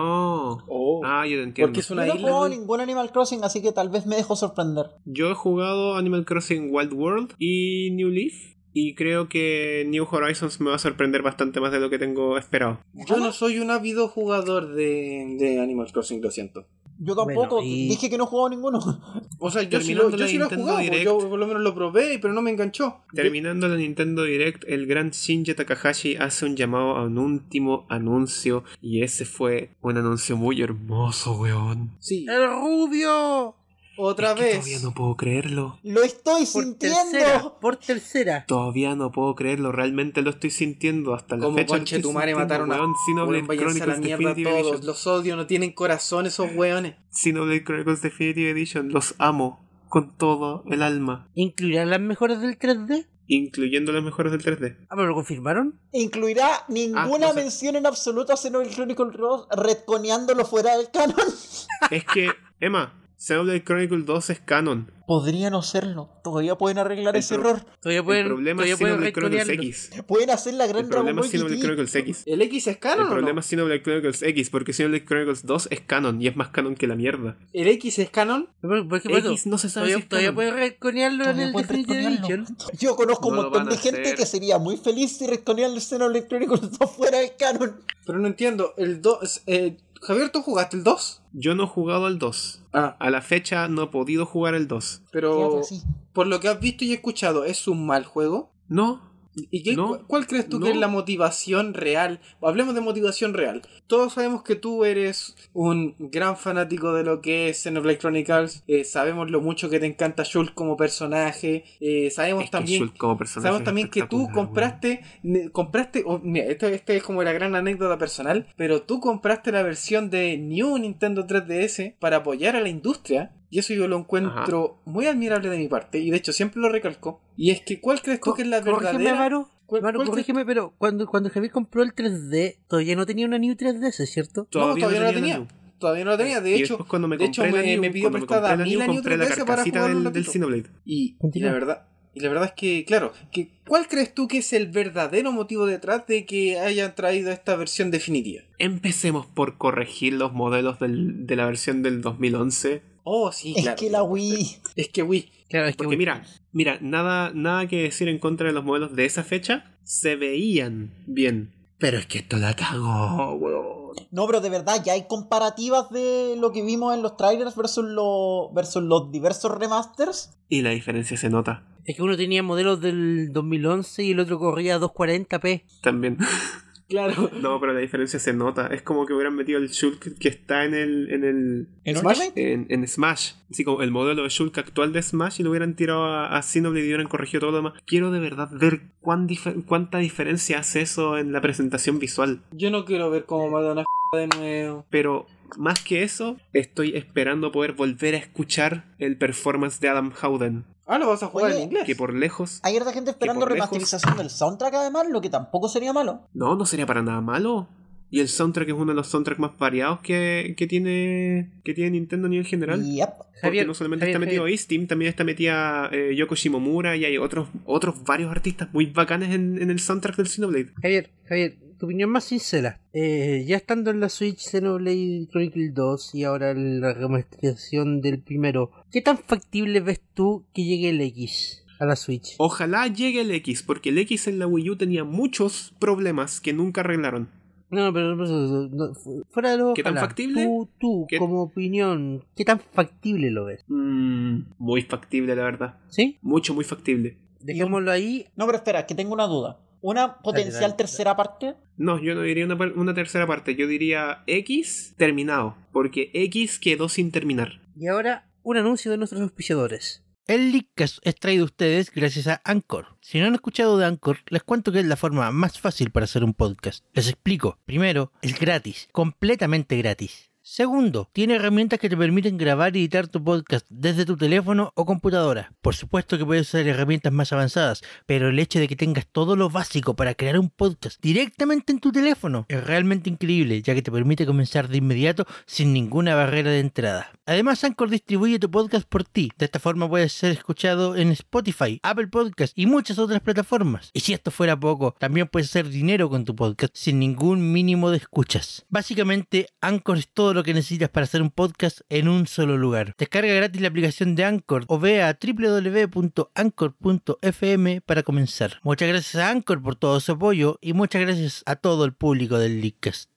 S1: Oh.
S3: Oh.
S1: Ah, yo te entiendo.
S3: porque es
S2: Yo
S3: una
S2: no
S3: isla.
S2: juego
S3: muy-
S2: ningún Animal Crossing, así que tal vez me dejo sorprender.
S1: Yo he jugado Animal Crossing Wild World y New Leaf. Y creo que New Horizons me va a sorprender bastante más de lo que tengo esperado.
S3: Yo no soy un ávido jugador de, de Animal Crossing, lo siento.
S2: Yo tampoco,
S4: Bueno, y-
S2: dije que no he jugado ninguno.
S3: O sea, yo sí lo,
S1: Terminando
S3: yo
S1: la
S3: sí lo he
S1: Nintendo
S3: jugado,
S1: Direct.
S3: yo por lo menos lo probé, pero no me enganchó.
S1: Terminando la Nintendo Direct, el gran Shinji Takahashi hace un llamado a un último anuncio y ese fue un anuncio muy hermoso, weón.
S3: Sí,
S4: ¡El rubio!
S3: otra
S1: Es que Todavía
S3: vez.
S1: no puedo creerlo.
S2: Lo estoy
S4: Por
S2: sintiendo.
S4: tercera, por tercera.
S1: Todavía no puedo creerlo, realmente lo estoy sintiendo hasta la
S3: Como
S1: fecha. lo
S3: conche
S1: estoy
S3: tu madre
S1: sintiendo,
S3: mataron a-
S1: weón. Xenoblade
S3: Weón, váyanse a la
S1: Chronicles
S3: mierda
S1: Definitive
S3: todos.
S1: Edition.
S3: Los odios no tienen corazón esos weones.
S1: Xenoblade Chronicles Definitive Edition. Los amo con todo el alma,
S4: ¿Incluirán las mejoras del 3D?
S1: incluyendo las mejoras del 3D.
S4: Ah, pero lo confirmaron.
S2: Incluirá ninguna
S1: Ah, no sé.
S2: mención en absoluto a Xenoblade Chronicle Cross retconeándolo fuera del canon.
S1: es que, Emma, Xenoblade Chronicles 2 es canon.
S2: Podría no serlo. Todavía pueden arreglar
S1: El
S2: ese
S1: pro-
S2: error.
S4: Todavía
S1: El
S4: pueden,
S1: problema
S4: todavía
S1: es
S4: pueden
S1: Xenoblade Chronicles
S4: reconearlo.
S1: X.
S2: Pueden hacer la gran
S1: El
S2: Dragon
S1: problema
S2: Ball
S1: es Xenoblade
S2: GT.
S1: Chronicles X.
S3: ¿El X es
S1: El
S3: canon o
S1: problema
S3: no?
S1: es Xenoblade Chronicles X, porque Xenoblade Chronicles 2 es canon y es más canon que la mierda.
S3: ¿El X es canon?
S4: Pero, ¿por qué pasó?
S1: X no se sabe si
S4: Todavía,
S1: es
S4: todavía
S1: canon.
S4: pueden reconearlo en
S2: Todavía
S4: el
S2: pueden
S4: Definitive
S2: retconearlo.
S4: Edition.
S2: Yo
S1: No
S2: conozco un
S1: lo
S2: montón
S1: van a
S2: de gente
S1: hacer.
S2: que sería muy feliz si retconean el Xenoblade Chronicles 2 fuera del canon.
S3: Pero no entiendo. El 2. Eh, Javier, ¿tú jugaste el 2?
S1: Yo no he jugado al 2.
S3: Ah,
S1: A la fecha no he podido jugar al 2.
S3: pero.
S2: Fíjate, sí.
S3: Por lo que has visto y escuchado, ¿es un mal juego?
S1: No,
S3: ¿Y qué-
S1: No.
S3: cu- cuál crees tú
S1: No.
S3: que es la motivación real? Hablemos de motivación real. Todos sabemos que tú eres un gran fanático de lo que es Xenoblade Chronicles. eh, sabemos lo mucho que te encanta Shulk como personaje. eh, sabemos
S1: es que
S3: también
S1: Shulk como personaje
S3: Sabemos
S1: es
S3: también que tú
S1: espectacular,
S3: compraste, ne- compraste, oh, mira, esto, esto es como la gran anécdota personal, pero tú compraste la versión de New Nintendo 3DS para apoyar a la industria. Y eso yo lo encuentro muy admirable de mi parte, y de hecho siempre lo recalco. Y es que, ¿cuál crees tú que es la
S4: Corrígeme,
S3: verdadera?
S4: Maru.
S3: ¿Cuál-
S4: Maru,
S3: cuál crees-
S4: corrígeme, pero cuando, cuando Javier compró el 3D, todavía no tenía una New 3DS, ¿cierto?
S1: weón. Todavía,
S3: No,
S1: no, tenía. la New.
S3: Todavía no la tenía, de
S1: y
S3: hecho.
S1: después cuando me
S3: de
S1: compré
S3: hecho,
S1: la
S3: me-
S1: New,
S3: me pidió
S1: cuando
S3: prestada
S1: compré
S3: a mí la New
S1: compré la
S3: 3DS para
S1: carcasita
S3: jugar un
S1: del, del
S3: ratito.
S1: Xenoblade.
S3: Y, y
S4: Continúa.
S3: la verdad, y la verdad es que, claro, que ¿cuál crees tú que es el verdadero motivo detrás de que hayan traído esta versión definitiva?
S1: Empecemos por corregir los modelos del- de la versión del 2011.
S3: Oh, sí,
S2: Es
S3: claro.
S2: que la Wii.
S3: Es que Wii.
S4: Claro, es que
S1: Porque mira, mira, nada, nada que decir en contra de los modelos de esa fecha. Se veían bien. Pero es que esto la cagó, weón.
S2: No, pero de verdad, ya hay comparativas de lo que vimos en los trailers versus, los versus los diversos remasters.
S1: Y la diferencia se nota.
S4: es que uno tenía modelos del 2011 y el otro corría a 240p.
S1: También.
S3: Claro.
S1: No, pero la diferencia se nota. Es como que hubieran metido el Shulk que está en el. en el.
S2: ¿En
S3: Smash?
S2: Ultimate?
S1: en, en Smash. Así como el modelo de Shulk actual de Smash y lo hubieran tirado a, a Xenoblade y hubieran corregido todo lo demás. Quiero de verdad ver cuán dife- cuánta diferencia hace eso en la presentación visual.
S3: Yo no quiero ver cómo matan una de nuevo.
S1: Pero más que eso, estoy esperando poder volver a escuchar el performance de Adam Howden.
S3: Ah, lo vas a jugar
S2: Oye,
S3: en inglés.
S1: Que por lejos.
S2: Hay harta gente esperando
S1: por lejos-
S2: remasterización del soundtrack, además, lo que tampoco sería malo.
S1: No, no sería para nada malo. Y el soundtrack es uno de los soundtracks más variados que, que tiene. que tiene Nintendo a nivel general.
S2: Y, yep.
S1: Porque
S4: Mm, Javier,
S1: no solamente
S4: Javier,
S1: está metido
S4: Javier.
S1: Steam, también está metida eh, Yoko Shimomura y hay otros, otros varios artistas muy bacanes en, en el soundtrack del Xenoblade.
S4: Javier, Javier, tu opinión más sincera. Eh, ya estando en la Switch Xenoblade Chronicles 2 y ahora la remasterización del primero, ¿qué tan factible ves tú que llegue el X a la Switch?
S1: Ojalá llegue el X, porque el X en la Wii U tenía muchos problemas que nunca arreglaron.
S4: No, pero no, no, no, fu- fuera de lo
S1: ¿Qué tan
S4: ojalá,
S1: factible?
S4: Tú, tú
S1: ¿Qué-
S4: como opinión, ¿qué tan factible lo ves?
S1: Mm, muy factible, la verdad.
S4: ¿Sí?
S1: Mucho, muy factible.
S4: Dejémoslo ahí.
S2: No, pero espera, que tengo una duda. Una potencial
S4: dale.
S2: tercera parte.
S1: No, yo no diría una, par- una tercera parte, yo diría X terminado, porque X quedó sin terminar.
S4: Y ahora, un anuncio de nuestros auspiciadores. El Leadcast es traído a ustedes gracias a Anchor. Si no han escuchado de Anchor, les cuento que es la forma más fácil para hacer un podcast. Les explico. Primero, es gratis, completamente gratis. Segundo, tiene herramientas que te permiten grabar y editar tu podcast desde tu teléfono o computadora. Por supuesto que puedes usar herramientas más avanzadas, pero el hecho de que tengas todo lo básico para crear un podcast directamente en tu teléfono es realmente increíble, ya que te permite comenzar de inmediato sin ninguna barrera de entrada. Además, Anchor distribuye tu podcast por ti. De esta forma puedes ser escuchado en Spotify, Apple Podcast y muchas otras plataformas. Y si esto fuera poco, también puedes hacer dinero con tu podcast sin ningún mínimo de escuchas. Básicamente, Anchor es todo lo que necesitas para hacer un podcast en un solo lugar. Descarga gratis la aplicación de Anchor o ve a www.anchor.fm para comenzar. Muchas gracias a Anchor por todo su apoyo y muchas gracias a todo el público del Leadcast.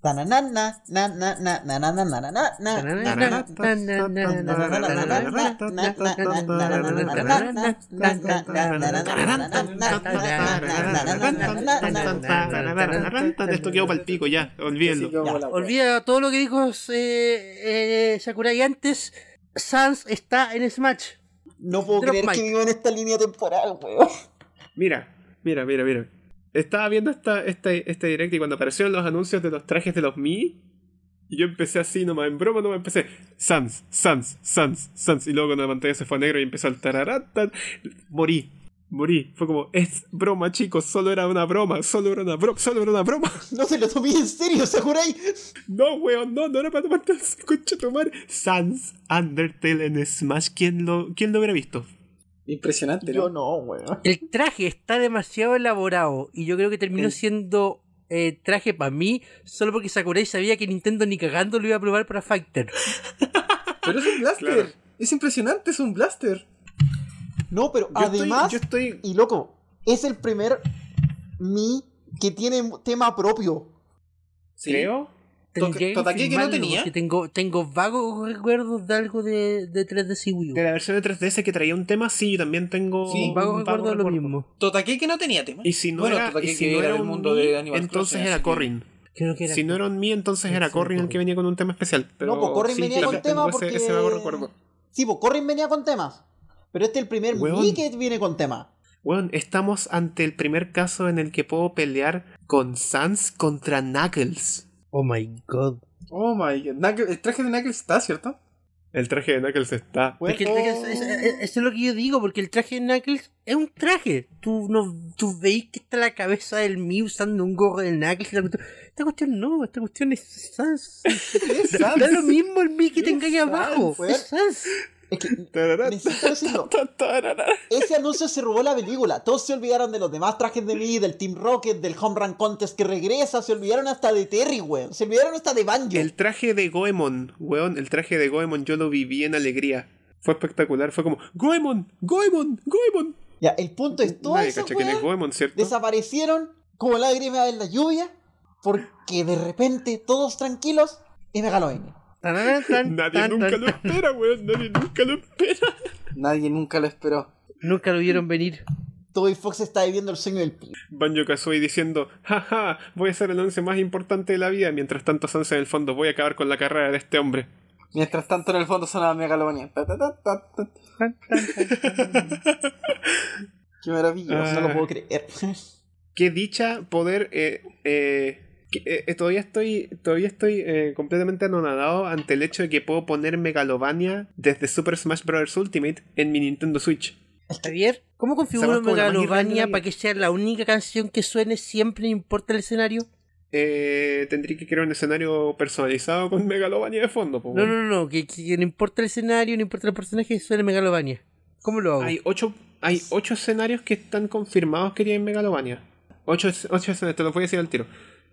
S2: Tananana, na, na, na, na, na, na, na, na, na, na.
S1: Esto quedó para el pico ya,
S3: Así
S1: olvídenlo.
S3: como
S2: Ya,
S3: la wea.
S4: Olvida todo lo que dijo eh, eh, Sakurai antes. Sans está en Smash.
S2: No puedo
S4: Drop
S2: creer
S4: mic.
S2: que vivo en esta línea temporal, weón.
S1: Mira, mira, mira, mira. Estaba viendo esta, esta, este direct y cuando aparecieron los anuncios de los trajes de los Mi, y yo empecé así nomás, en broma nomás empecé. Sans, Sans, Sans, Sans. Y luego cuando la pantalla se fue a negro y empezó el tararata, morí. Morí, fue como, es broma chicos, solo era una broma, solo era una broma, solo era una broma.
S2: No se lo tomé en serio, Sakurai.
S1: No, weón, no, no era para tomarte el concha de tu madre. Sans, Undertale en Smash, ¿quién lo, quién lo hubiera visto?
S3: Impresionante,
S2: Yo
S3: ¿no?
S2: no, weón.
S4: El traje está demasiado elaborado y yo creo que terminó
S3: El-
S4: siendo eh, traje para mí solo porque Sakurai sabía que Nintendo ni cagando lo iba a probar para Fighter.
S3: Pero es un blaster.
S1: Claro.
S3: Es impresionante, es un blaster.
S2: No, pero
S1: Yo estoy-
S2: además,
S1: yo estoy
S2: y loco, es el primer mi que tiene tema propio.
S3: Sí.
S1: Creo.
S3: Toca-
S4: Tendría que
S3: Totaque que no
S4: confirmarlo,
S3: tenía.
S4: porque tengo, tengo vagos recuerdos de algo de, de 3DS y Wii U.
S1: De la versión de 3DS que traía un tema, sí, yo también tengo.
S3: Sí,
S1: un
S4: vagos
S1: vago
S4: recuerdos de lo
S1: recuerdo.
S4: mismo.
S3: Totaque que no tenía tema.
S1: Y si no
S3: Bueno,
S1: era,
S3: total,
S1: y
S3: que
S1: si
S3: era
S1: no era
S3: del
S1: un
S3: mundo
S1: Mi,
S3: de Animal
S1: entonces
S3: Crossing,
S1: era
S3: así que-
S1: Corrin.
S4: Creo que era.
S1: Si no era un Mi, entonces
S4: Sí,
S1: era
S4: sí,
S1: Corrin el
S4: Corrin.
S1: que venía con un tema especial. Pero
S2: No, pues Corrin
S1: sí,
S2: venía
S1: también
S2: con tema
S1: tengo
S2: porque-
S1: Ese, ese vago recuerdo.
S2: Sí, pues Corrin venía con temas. Pero este es el primer mi
S1: Weón.
S2: que viene con temas.
S1: Bueno, estamos ante el primer caso en el que puedo pelear con Sans contra Knuckles.
S4: Oh my god.
S3: Oh my god. Knuckles- el traje de Knuckles está, ¿cierto?
S1: El traje de Knuckles está.
S2: Weón,
S4: Es que el traje es- es- es- eso es lo que yo digo, porque el traje de Knuckles es un traje. Tú, no, tú veis que está la cabeza del Mew usando un gorro del Knuckles. y la cuestión- Esta cuestión no, esta cuestión es Sans.
S3: Es Sans.
S4: Da lo mismo el Mew que tenga ahí
S3: Sans,
S4: abajo.
S2: weón.
S4: Es Sans.
S2: es que
S1: Tarará,
S2: necesito decirlo.
S1: ta, tarará.
S2: Ese anuncio se robó la película. Todos se olvidaron de los demás trajes de mí, del Team Rocket, del Home Run Contest que regresa. Se olvidaron hasta de Terry, weón. Se olvidaron hasta de Banjo.
S1: El traje de Goemon, weón, el traje de Goemon yo lo viví en alegría. Fue espectacular, fue como Goemon, Goemon, Goemon.
S2: Ya, el punto es, todas
S1: Nadie
S2: esas
S1: cacha quién es
S2: weas
S1: Goemon, ¿cierto?
S2: desaparecieron como lágrimas en la lluvia porque de repente todos tranquilos y Megaloidea.
S4: Tararán, tan,
S1: Nadie
S4: tan,
S1: nunca
S4: tan,
S1: lo
S4: tan.
S1: espera, weón. Nadie nunca lo espera.
S3: Nadie nunca lo esperó.
S4: Nunca lo vieron venir.
S2: Toby Fox está viviendo el sueño del pibe.
S1: Banjo Kazooie diciendo, jaja, voy a ser el once más importante de la vida. Mientras tanto, Sans en el fondo, voy a acabar con la carrera de este hombre.
S3: Mientras tanto, en el fondo sonaba Megalomania. Ta, ta, ta, ta, ta.
S4: Tan, tan, tan, tan.
S3: Qué maravilla.
S2: No lo
S1: Ah.
S2: puedo creer.
S1: Qué dicha poder. eh, eh, que- eh, eh, todavía estoy, todavía estoy eh, completamente anonadado ante el hecho de que puedo poner Megalovania desde Super Smash Bros. Ultimate en mi Nintendo Switch.
S4: Javier, ¿cómo configuro
S1: Sabes como la más irrelevante de
S4: Megalovania
S1: la
S4: para que sea la única canción que suene siempre, no importa el escenario?
S1: Eh, tendría que crear un escenario personalizado con Megalovania de fondo. po,
S4: No,
S1: weón.
S4: no, no, no, que, que no importa el escenario, no importa el personaje, suene Megalovania. ¿Cómo lo hago?
S1: Hay ocho, hay ocho escenarios que están confirmados que tienen Megalovania. Ocho, ocho escenarios, te los voy a decir al tiro.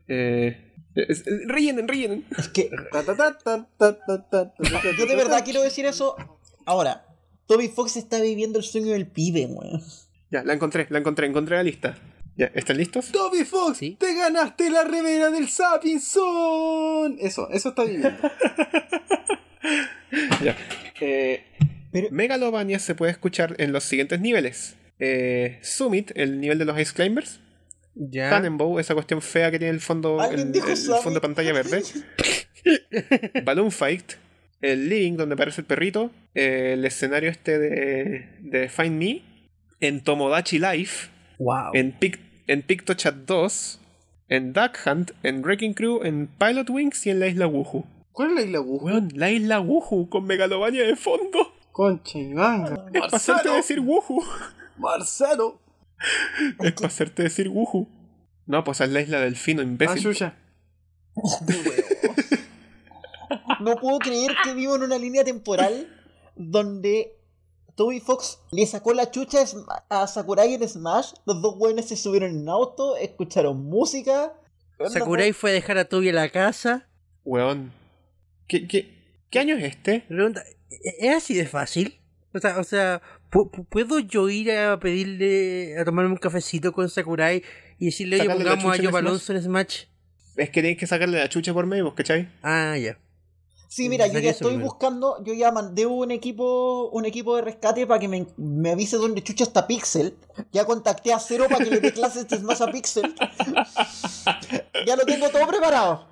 S1: Eh, es- es- rellenen, rellenen.
S2: Es que
S3: Ta, ta, ta, ta, ta, ta, ta, ta, ta,
S2: yo de
S3: ta,
S2: verdad
S3: ta.
S2: quiero decir eso ahora. Toby Fox está viviendo el sueño del pibe, weón.
S1: Ya, la encontré, la encontré, encontré la lista. Ya, ¿están listos?
S3: Toby Fox,
S4: Sí.
S3: te ganaste la remera del Sapinson. Eso, eso está viviendo.
S1: Ya. Eh,
S2: Pero-
S1: Megalovania se puede escuchar en los siguientes niveles. Eh, Summit, el nivel de los Ice Climbers.
S4: Ya.
S1: Tannenbow, esa cuestión fea que tiene el fondo, el,
S2: Alguien dijo
S1: el
S2: Summit.
S1: fondo de pantalla verde. Balloon Fight, el Living donde aparece el perrito, eh, el escenario este de, de Find Me, en Tomodachi Life,
S4: Wow.
S1: en, Pic- en PictoChat 2, en Duck Hunt, en Wrecking Crew, en Pilot Wings y en la isla Wuhu.
S3: ¿Cuál es la isla Wuhan?
S1: Weón, la isla Wuhu con megalovania de fondo.
S3: Concha y manga.
S1: Es para hacerte
S3: Marcelo,
S1: decir Wuhu.
S3: Marcelo.
S1: Es para hacerte decir Wuhu. No, pues es la isla Delfino,
S4: Ah,
S1: imbécil.
S3: Ayuya.
S2: No puedo creer que vivo en una línea temporal donde Toby Fox le sacó la chucha a Sma- a Sakurai en Smash. Los dos weones se subieron en auto, escucharon música.
S4: Sakurai fue a dejar a Toby a la casa.
S1: Weón. ¿Qué, qué, ¿Qué año es este?
S4: Pregunta, ¿e- ¿es así de fácil? O sea, o sea ¿pu- pu- ¿puedo yo ir a pedirle, a tomarme un cafecito con Sakurai y decirle, oye,
S1: Sacarle la
S4: pongamos a
S1: chucha en
S4: Joe
S1: Smash?
S4: Alonso en Smash?
S1: es que tenéis que sacarle la chucha por medio, ¿cachai?
S4: Ah, ya.
S2: Sí, mira, yo
S4: Saqué
S2: ya
S4: eso
S2: estoy
S4: primero.
S2: buscando, yo ya mandé un equipo, un equipo de rescate para que me, me avise dónde chucha está Pixel. Ya contacté a Cero para que le dé clases de Smash a Pixel. ya lo tengo todo preparado.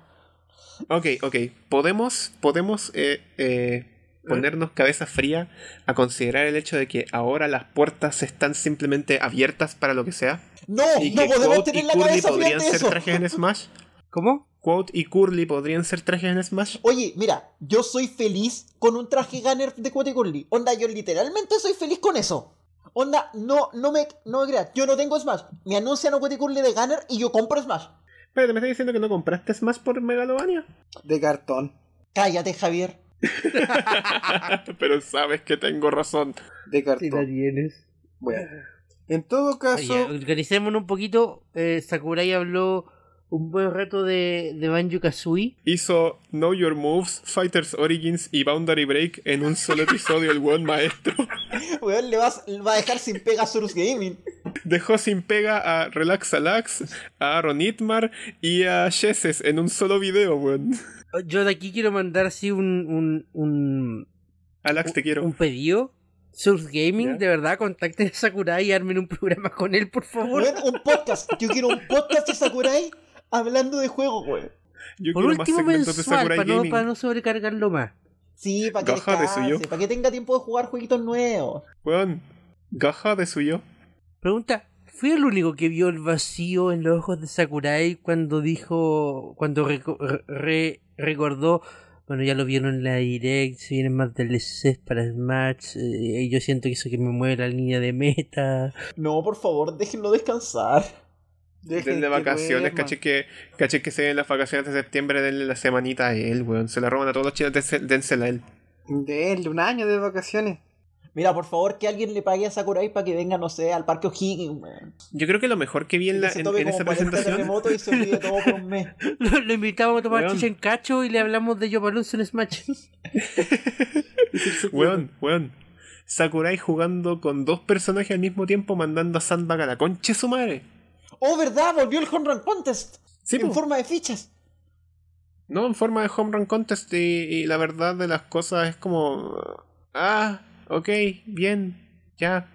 S1: Ok, ok. Podemos, podemos eh, eh, ponernos cabeza fría a considerar el hecho de que ahora las puertas están simplemente abiertas para lo que sea.
S2: No,
S1: Y
S2: no
S1: que
S2: podemos
S1: Quote y
S2: tener la
S1: Curly
S2: cabeza fría
S1: podrían
S2: ante
S1: ser
S2: eso.
S1: trajes en Smash.
S4: ¿Cómo?
S1: Quote y Curly podrían ser trajes en Smash.
S2: Oye, mira, yo soy feliz con un traje Gunner de Cuate Curly. Onda, yo literalmente soy feliz con eso. Onda, no, no me, no me creas, yo no tengo Smash. Me anuncian a Cuate Curly de Gunner y yo compro Smash.
S1: Pero me estás diciendo que no compraste Smash por Megalovania.
S3: De cartón.
S2: Cállate, Javier.
S1: Ah, Pero sabes que tengo razón.
S3: De cartón.
S4: tienes.
S3: Bueno. En todo caso,
S4: organicémonos un poquito. Eh, Sakurai habló un buen rato de, de Banjo Kazooie.
S1: Hizo Know Your Moves, Fighters Origins y Boundary Break en un solo episodio el buen maestro.
S2: Weón, le vas, le va a dejar sin pega a Surus Gaming.
S1: Dejó sin pega a Relaxalax, a Aaron Itmar y a Jesses en un solo video, weón.
S4: Yo de aquí quiero mandar así un, un, un,
S1: Alex, te quiero.
S4: un pedido. Surf Gaming,
S1: ¿Ya?
S4: de verdad, contacten a Sakurai y armen un programa con él, por favor.
S2: Weón, un podcast. Yo quiero un podcast de Sakurai hablando de juegos, weón.
S1: Yo
S4: por
S1: quiero más
S4: último,
S1: segmentos de
S4: mensual,
S1: Sakurai
S4: para no,
S1: Gaming.
S4: para no sobrecargarlo más.
S2: Sí, para que
S1: Gaja de
S2: descanse,
S1: suyo.
S2: para que tenga tiempo de jugar jueguitos nuevos.
S1: Weón, gaja de suyo.
S4: Pregunta, ¿fui el único que vio el vacío en los ojos de Sakurai cuando dijo, cuando reco- re- recordó, bueno, ya lo vieron en la direct, se vienen más DLCs para Smash, eh, y yo siento que eso que me mueve la línea de meta.
S2: No, por favor, déjenlo descansar.
S3: dejen
S1: Denle
S3: que
S1: vacaciones,
S3: duerma.
S1: caché que, caché que se den las vacaciones de septiembre, denle la semanita a él, weón. Se la roban a todos los chinos, dense- dénsela a él.
S3: Denle un año de vacaciones.
S2: Mira, por favor, que alguien le pague a Sakurai para que venga, no sé, al parque O'Higgins, weón.
S1: Yo creo que lo mejor que vi en, la,
S2: Que se
S1: en-
S2: tome
S1: en
S2: como
S1: esa
S2: 40
S1: presentación.
S2: terremotos y se olvide todo por un mes.
S4: Lo, lo invitamos a tomar
S1: Weón.
S4: chicha en cacho y le hablamos de Yopaluz en Smash.
S1: Weón, weón. Sakurai jugando con dos personajes al mismo tiempo, mandando a Sandbag a la concha de su madre.
S2: Oh, ¿verdad? Volvió el Home Run Contest.
S1: Sí,
S2: en
S1: po.
S2: forma de fichas.
S1: No, en forma de home run contest. Y, y la verdad de las cosas es como. Ah, ok, bien, ya.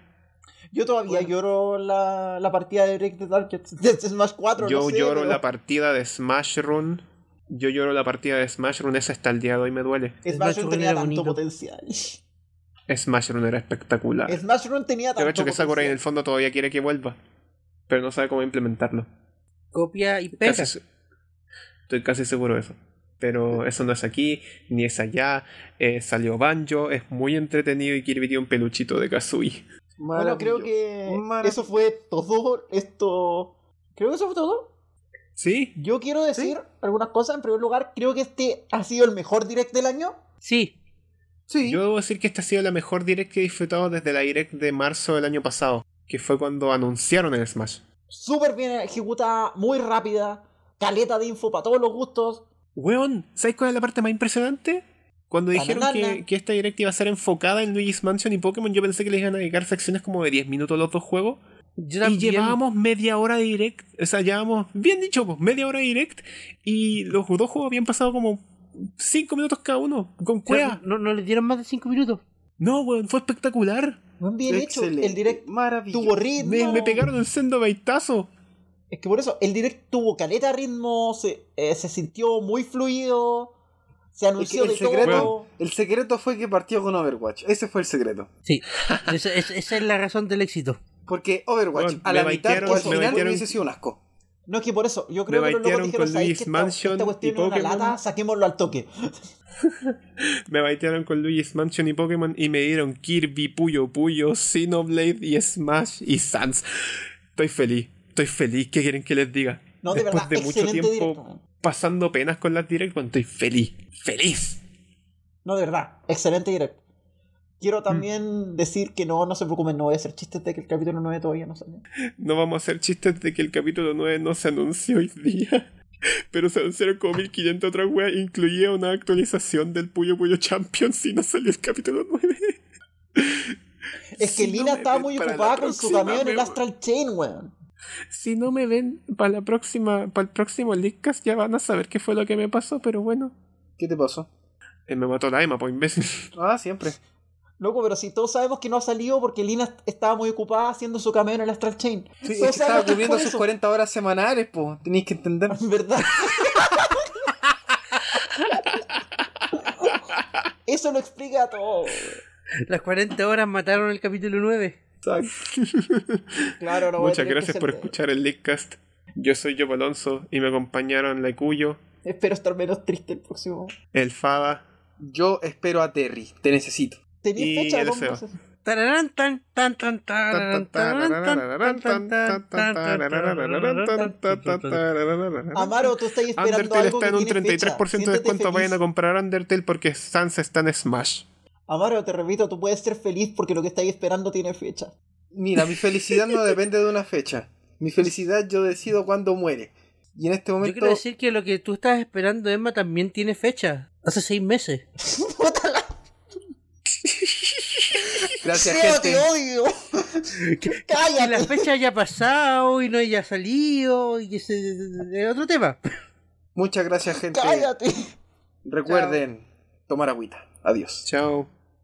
S2: Yo todavía
S3: Bueno.
S2: lloro la, la partida de Break the Targets de Smash 4.
S1: Yo
S2: no sé,
S1: lloro
S2: pero-
S1: la partida de Smash Run. Yo lloro la partida de Smash Run. Esa hasta el día de hoy me duele.
S2: Smash Run tenía
S4: era
S2: tanto
S4: bonito.
S2: potencial.
S1: Smash Run era espectacular.
S2: Smash Run tenía
S1: Yo
S2: tanto
S1: cacho que Sakurai en el
S2: potencial.
S1: fondo todavía quiere que vuelva. Pero no sabe cómo implementarlo.
S4: Copia y
S1: Casi
S4: pega.
S1: se- estoy casi seguro de eso. Pero eso no es aquí, ni es allá. Eh, salió Banjo, es muy entretenido y Kirby tiene un peluchito de Kazooie.
S2: Bueno, creo
S3: Maravilloso.
S2: que
S3: Maravilloso.
S2: eso fue todo. Esto. Creo que eso fue todo.
S1: ¿Sí?
S2: Yo quiero decir algunas cosas. En primer lugar, creo que este ha sido el mejor direct del año.
S4: Sí,
S3: Sí.
S1: Yo debo decir que esta ha sido la mejor direct que he disfrutado desde la direct de marzo del año pasado, que fue cuando anunciaron el Smash.
S2: Súper bien ejecutada, muy rápida. Caleta de info para todos los gustos.
S1: Weón, ¿sabes cuál es la parte más impresionante? Cuando dijeron que,
S2: Banana.
S1: que esta direct iba a ser enfocada en Luigi's Mansion y Pokémon, yo pensé que les iban a dedicar secciones como de 10 minutos a los dos juegos.
S4: yo
S1: Y
S4: también.
S1: llevábamos media hora de direct, o sea, llevábamos, bien dicho, pues, media hora de direct y los dos juegos habían pasado como 5 minutos cada uno, con
S4: O sea,
S1: cueva.
S4: no, no le dieron más de 5 minutos.
S1: No, weón, fue espectacular.
S2: Muy bien hecho.
S3: Excelente.
S2: El direct
S3: Maravilloso.
S2: tuvo ritmo.
S1: Me, me pegaron el sendo baitazo.
S2: Es que por eso, el direct tuvo caleta de ritmo, se, eh, se sintió muy fluido, se anunció
S3: el
S2: de
S3: secreto-
S2: todo.
S3: El secreto fue que partió con Overwatch. Ese fue el secreto.
S4: Sí, esa, esa- esa es la razón del éxito.
S3: Porque Overwatch,
S1: Bueno,
S3: a
S1: me
S3: la mitad
S1: baitearon,
S3: o al
S2: me
S3: final
S1: baitearon.
S3: hubiese sido un asco.
S2: No, es que por eso, yo
S1: Me
S2: creo que los locos
S1: baitearon
S2: dijeron,
S1: con
S2: "Sabéis
S1: Luigi's
S2: que esta-
S1: Mansion
S2: esta, cuestión
S1: y
S2: es una
S1: Pokémon".
S2: lata, saquémoslo al toque.
S1: Me baitearon con Luigi's Mansion y Pokémon y me dieron Kirby, Puyo Puyo, Xenoblade y Smash y Sans. Estoy feliz, estoy feliz. ¿Qué quieren que les diga?
S2: No, de
S1: Después
S2: verdad,
S1: de mucho
S2: excelente
S1: tiempo
S2: directo.
S1: pasando penas con las direct, bueno, estoy feliz, feliz.
S2: No, de verdad, excelente direct. Quiero
S1: Mm.
S2: también decir que no, no se preocupen, no voy a hacer chistes de que el capítulo 9 todavía no salió.
S1: No vamos a hacer chistes de que el capítulo 9 no se anunció hoy día. Pero se anunciaron como 1500 otras weas, incluía una actualización del Puyo Puyo Champions y no salió el capítulo 9.
S2: Es que
S1: Si no
S2: Lina
S1: me
S2: estaba
S1: ven
S2: muy
S1: eh, para la
S2: ocupada con su
S1: próxima,
S2: cameo en el
S1: me-
S2: Astral Chain, weón.
S1: Si no me ven para la próxima, para el próximo Leakcast ya van a saber qué fue lo que me pasó, pero bueno.
S3: ¿Qué te pasó?
S1: Eh, me mató la Emma, por imbécil.
S3: Ah, siempre.
S2: Loco, pero si todos sabemos que no ha salido porque Lina estaba muy ocupada haciendo su cameo en el Astral Chain.
S3: Sí,
S2: Todos
S3: es que estaba
S2: sabemos que
S3: cubriendo
S2: fue
S3: sus
S2: eso.
S3: 40 horas semanales, po. Tenéis que entender.
S2: ¿Verdad? Eso lo explica todo.
S4: Las 40 horas mataron el capítulo 9.
S2: Claro, no voy a
S1: Muchas
S2: tener que
S1: gracias
S2: ser-
S1: por escuchar el Leakcast. Yo soy Yo Alonso y me acompañaron la Cuyo,
S2: Espero estar menos triste el próximo.
S1: el Fada.
S3: Yo espero a Terry. Te necesito.
S2: Tenía
S1: Y
S2: fecha
S1: el
S2: dos
S1: SEO.
S2: meses.
S4: Tararán, tan, tan, tan, tararán, tararán, tan, tan, tan, tan, tararán, tan, tan, tan.
S2: Amaro, tú estás esperando
S1: Undertale
S2: algo
S1: está en
S2: que
S1: un
S2: tiene
S1: 33%
S2: fecha.
S1: de
S2: Siéntete
S1: descuento.
S2: feliz.
S1: Vayan a comprar Undertale porque Sans está en Smash.
S2: Amaro, te repito, tú puedes ser feliz porque lo que estás esperando tiene fecha.
S3: Mira, mi felicidad no depende de una fecha. Mi felicidad yo decido cuándo muere. Y en este
S4: Yo
S3: momento.
S4: quiero decir que lo que tú estás esperando, Emma, también tiene fecha. Hace seis meses.
S2: Puta la
S3: Gracias,
S2: feo,
S3: gente.
S2: te odio.
S4: Que la
S2: Cállate.
S4: fecha haya pasado y no haya salido y ese es otro tema.
S3: Muchas gracias, gente.
S2: Cállate.
S3: Recuerden tomar agüita. Adiós.
S1: Chao.